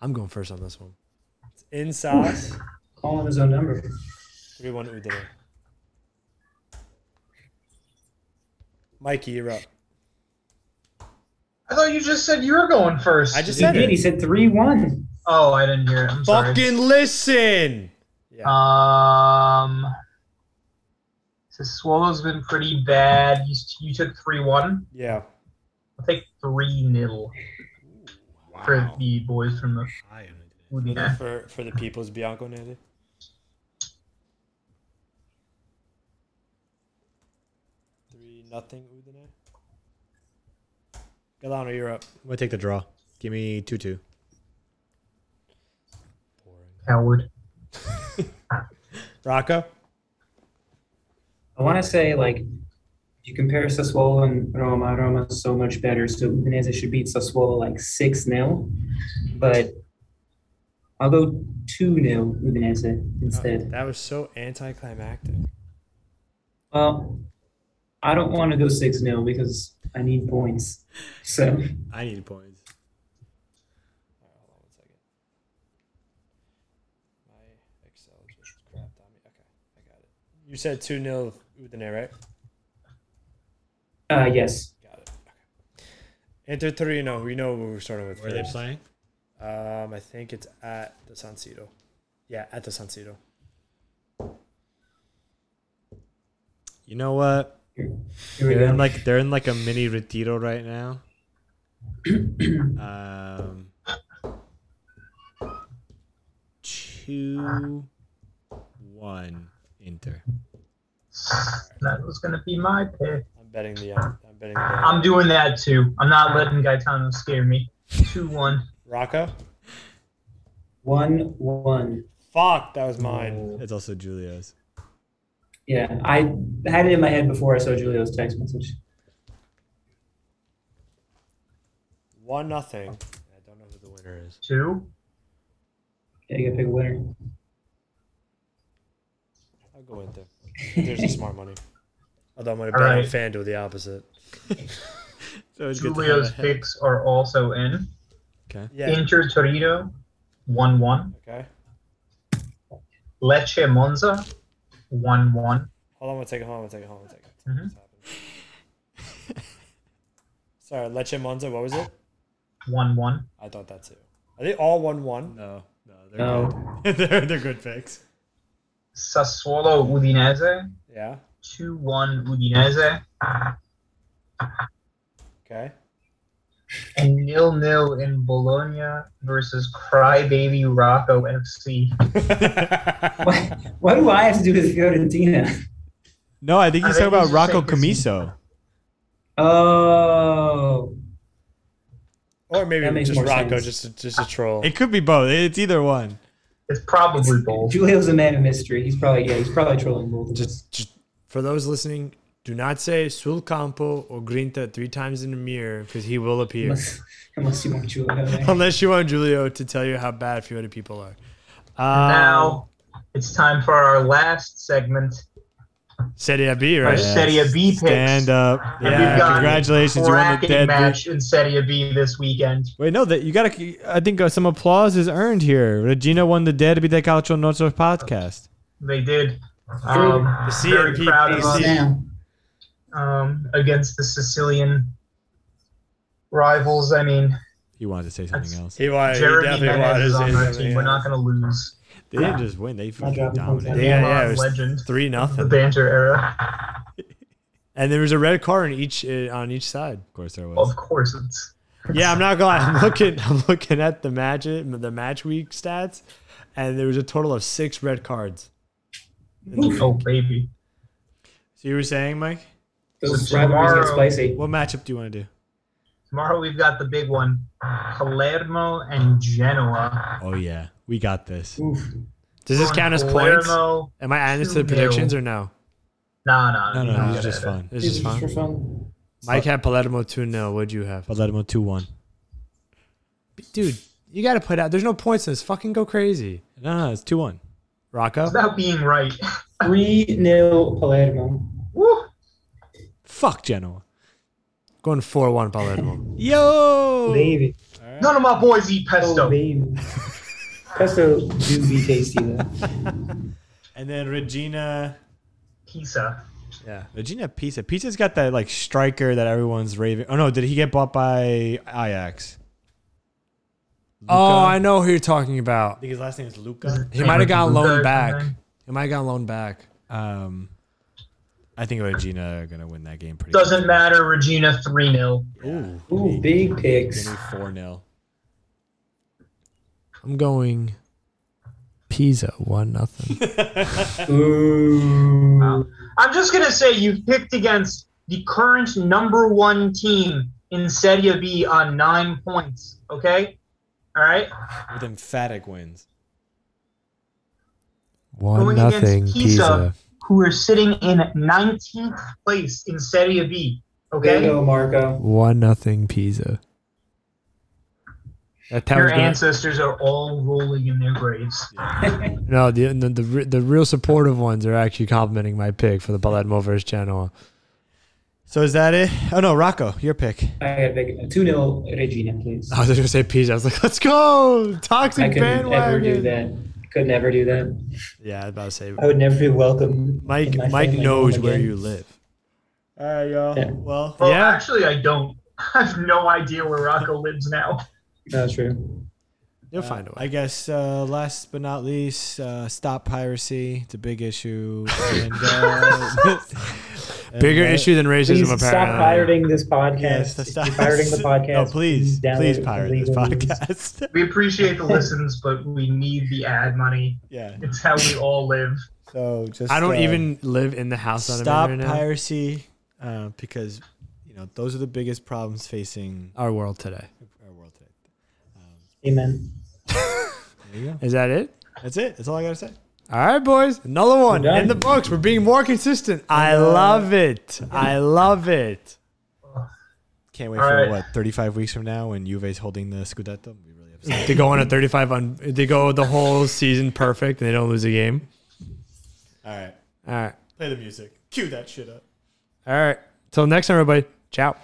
I'm going first on this one. It's in Sas
Calling his own number.
three one Udine. Mikey, you're up.
I thought you just said you were going first.
I just
He
said
did. He
it.
said three one.
Oh, I didn't hear it. I'm sorry. Uh,
Fucking listen. Yeah.
Um, so Swallow's been pretty bad. You, you took 3 1.
Yeah.
I'll take 3 nil for the boys from the Udine.
For for the people's Bianco Neri. Three nothing Udine. Galano, you're up.
I'm gonna take the draw. Give me two two.
Coward.
Rocco.
I want to say like you compare Sassuolo and Roma. Roma is so much better. So Udinese should beat Sassuolo like six 0 but I'll go 2 0 Udinese instead.
Oh, That was so anticlimactic.
Well, I don't want to go 6 0 because I need points. So,
I need points.
Hold on one second. My Excel just crapped on me. Okay, I got it. You said 2 0 Udine, right?
uh, yes.
Got it. Okay. Inter Torino, we know who we're starting with.
Where are they
first.
playing?
Um, I think it's at the San Siro. Yeah, at the San Siro.
You know what?
Here we
They're in
go.
like they're in like a mini retiro right
*clears throat*
now. um, two, one, Inter.
That was going to be my pick.
I'm betting the. Uh, I'm betting the.
I'm doing that too. I'm not letting Gaetano scare me. 2 1.
Rocco?
1 1.
Fuck, that was mine.
It's also Julio's.
Yeah, I had it in my head before I saw Julio's text message.
One nothing. I don't know who the winner is.
2?
Yeah, you gotta pick a winner. *laughs*
I'll go Inter. There's the smart money. Although I'm gonna
All
bet on
right.
FanDuel the opposite.
So it's good to have
Julio's
a head-
picks are also in.
Yeah.
Inter Torino, 1 1.
Okay.
Lecce Monza, 1 1.
Hold on one second. Hold on one second. Hold on one second.
Mhm.
What's happening? Sorry, Lecce Monza. What was it?
1 1.
I thought that too. Are they all one one?
No, no, they're
No.
good. *laughs* they're, they're good picks.
Sassuolo Udinese,
Yeah.
2 1 Udinese.
Okay.
And nil nil in Bologna versus Crybaby Rocco FC.
Why, why do I have to do with Fiorentina?
No, I think
I
he's
think
talking about
he's just
Rocco
saying-
Camiso.
Oh,
Or
That
maybe
makes
just
more
Rocco,
sense.
just a, just a troll.
It could be both. It's either one.
It's probably bold.
Julio's a man of mystery. He's probably yeah, he's probably trolling both of
*laughs*
us.
Just, just for those listening, do not say Sul Campo or Grinta three times in the mirror because he will appear.
Unless, unless you want Julio there.
Unless you want Julio to tell you how bad a few other people are. Um,
Now it's time for our last segment,
Serie B,
our
right?
Yeah.
Serie B picks.
Stand up.
And
Yeah,
we've got
congratulations. You won the
cracking
dead.
match in Serie B this weekend.
Wait, no, that you gotta. I think uh, some applause is earned here. Regina won the Dead Vita Calcio Nostro podcast.
They did. Um,
The
very
CNP
proud of
PC.
us
Damn.
um, against the Sicilian rivals. I mean,
He wanted to say something else.
He wanted. he
Jeremy
definitely wanted
Menez
to
is
say
on our
something
team. We're
else.
not going to lose.
They didn't just win; they freaking
job.
dominated.
They got- yeah, it
Elon
was
legend,
three
the *laughs*
nothing.
banter era.
And there was a red card on each uh, on each side.
Of course, there was. *laughs*
Of course, it's
Yeah, I'm not going. I'm looking. *laughs* I'm looking at the match the match week stats, and there was a total of six red cards.
oh baby.
So you were saying, Mike?
Those
So
rivalries get
tomorrow-
spicy.
What matchup do you want to do?
Tomorrow we've got the big one, Palermo and Genoa.
Oh yeah, we got this.
Oof.
Does this
Going
count as points?
Palermo.
Am I adding this to the
2-0.
predictions or no?
No, no,
No,
no.
no,
no,
it was just fun.
This is
Just for
fun.
fun.
Mike had Palermo 2 0. What'd you have?
Palermo two one.
Dude, you got to put out. There's no points in this. Fucking go crazy.
No, no, it's two one.
Rocco?
It's about being right. *laughs*
3 0 Palermo.
Woo!
Fuck Genoa.
Going 4 1 Palermo.
Yo.
Baby.
None of my boys eat pesto.
Oh, baby. Pesto do be tasty, though.
And then Regina.
Pizza.
yeah.
Regina Pisa. Pisa's got that like striker that everyone's raving. Oh no, did he get bought by Ajax?
Oh,
Luca?
I know who you're talking about.
think his last name is Luca.
He might have got
Luca
loaned
or
back.
something.
He might have got loaned back.
Um, I think Regina are gonna win that game pretty.
Doesn't matter, Regina 3 0.
Ooh,
Ooh, big picks.
four 0
I'm going Pisa 1 nothing.
Ooh.
I'm just going to say you've picked against the current number one team in Serie B on nine points. Okay? All right?
*laughs* with emphatic
1
wins.
Going
nothing
against
Pisa.
Pisa. Who are sitting in 19th place in Serie B.
There you
Okay?
go, Marco.
1 nothing Pisa.
That
Your
town's gonna,
ancestors are all rolling in their graves.
no, the, the the re- the real supportive ones are actually complimenting my pick for the Palermo versus Genoa.
So is that it? Oh no, Rocco, your pick.
I got a big 2 0 Regina, please.
I was gonna say Pisa. I was like, let's go
I
toxic
couldn't ever do
bandwagon.
that. Could never do that.
Yeah, I was about to say
I would never be welcome.
Mike.
in my
Mike
family
knows
home
where
again.
you live.
All right, y'all.
Yeah.
Well,
Well,
Yeah.
actually, I don't. *laughs* I have no idea where Rocco lives now.
That's true.
You'll find a way.
I guess uh, last but not least, uh, stop piracy. It's a big issue. And, uh, and,
*laughs* Bigger
uh,
issue than racism,
Please
apparently.
stop pirating this
Yes,
podcast.
to
If
stop *laughs*
you're pirating
*laughs*
the podcast.
No, please,
download
please
it
pirate this
illegally.
podcast.
We appreciate the listens, but we need the ad money.
yeah.
It's how we all live.
So just
I don't
uh,
even live in the house that
stop
I'm in right now.
piracy uh, because you know those are the biggest problems facing
Our world today.
our world today.
Amen.
There you go.
Is that it?
That's it. That's all I gotta say.
All right, boys. Another one
done.
in the books. We're being more consistent. I love it. I love it.
Can't wait
All
for
right.
what 35 weeks from now when Juve's holding the Scudetto. I'll be
*laughs*
really upset.
They go on a 35 on. They go the whole season perfect, and they don't lose a game.
all right,
All right.
play the music. Cue that shit up.
All right. Till next time, everybody. Ciao.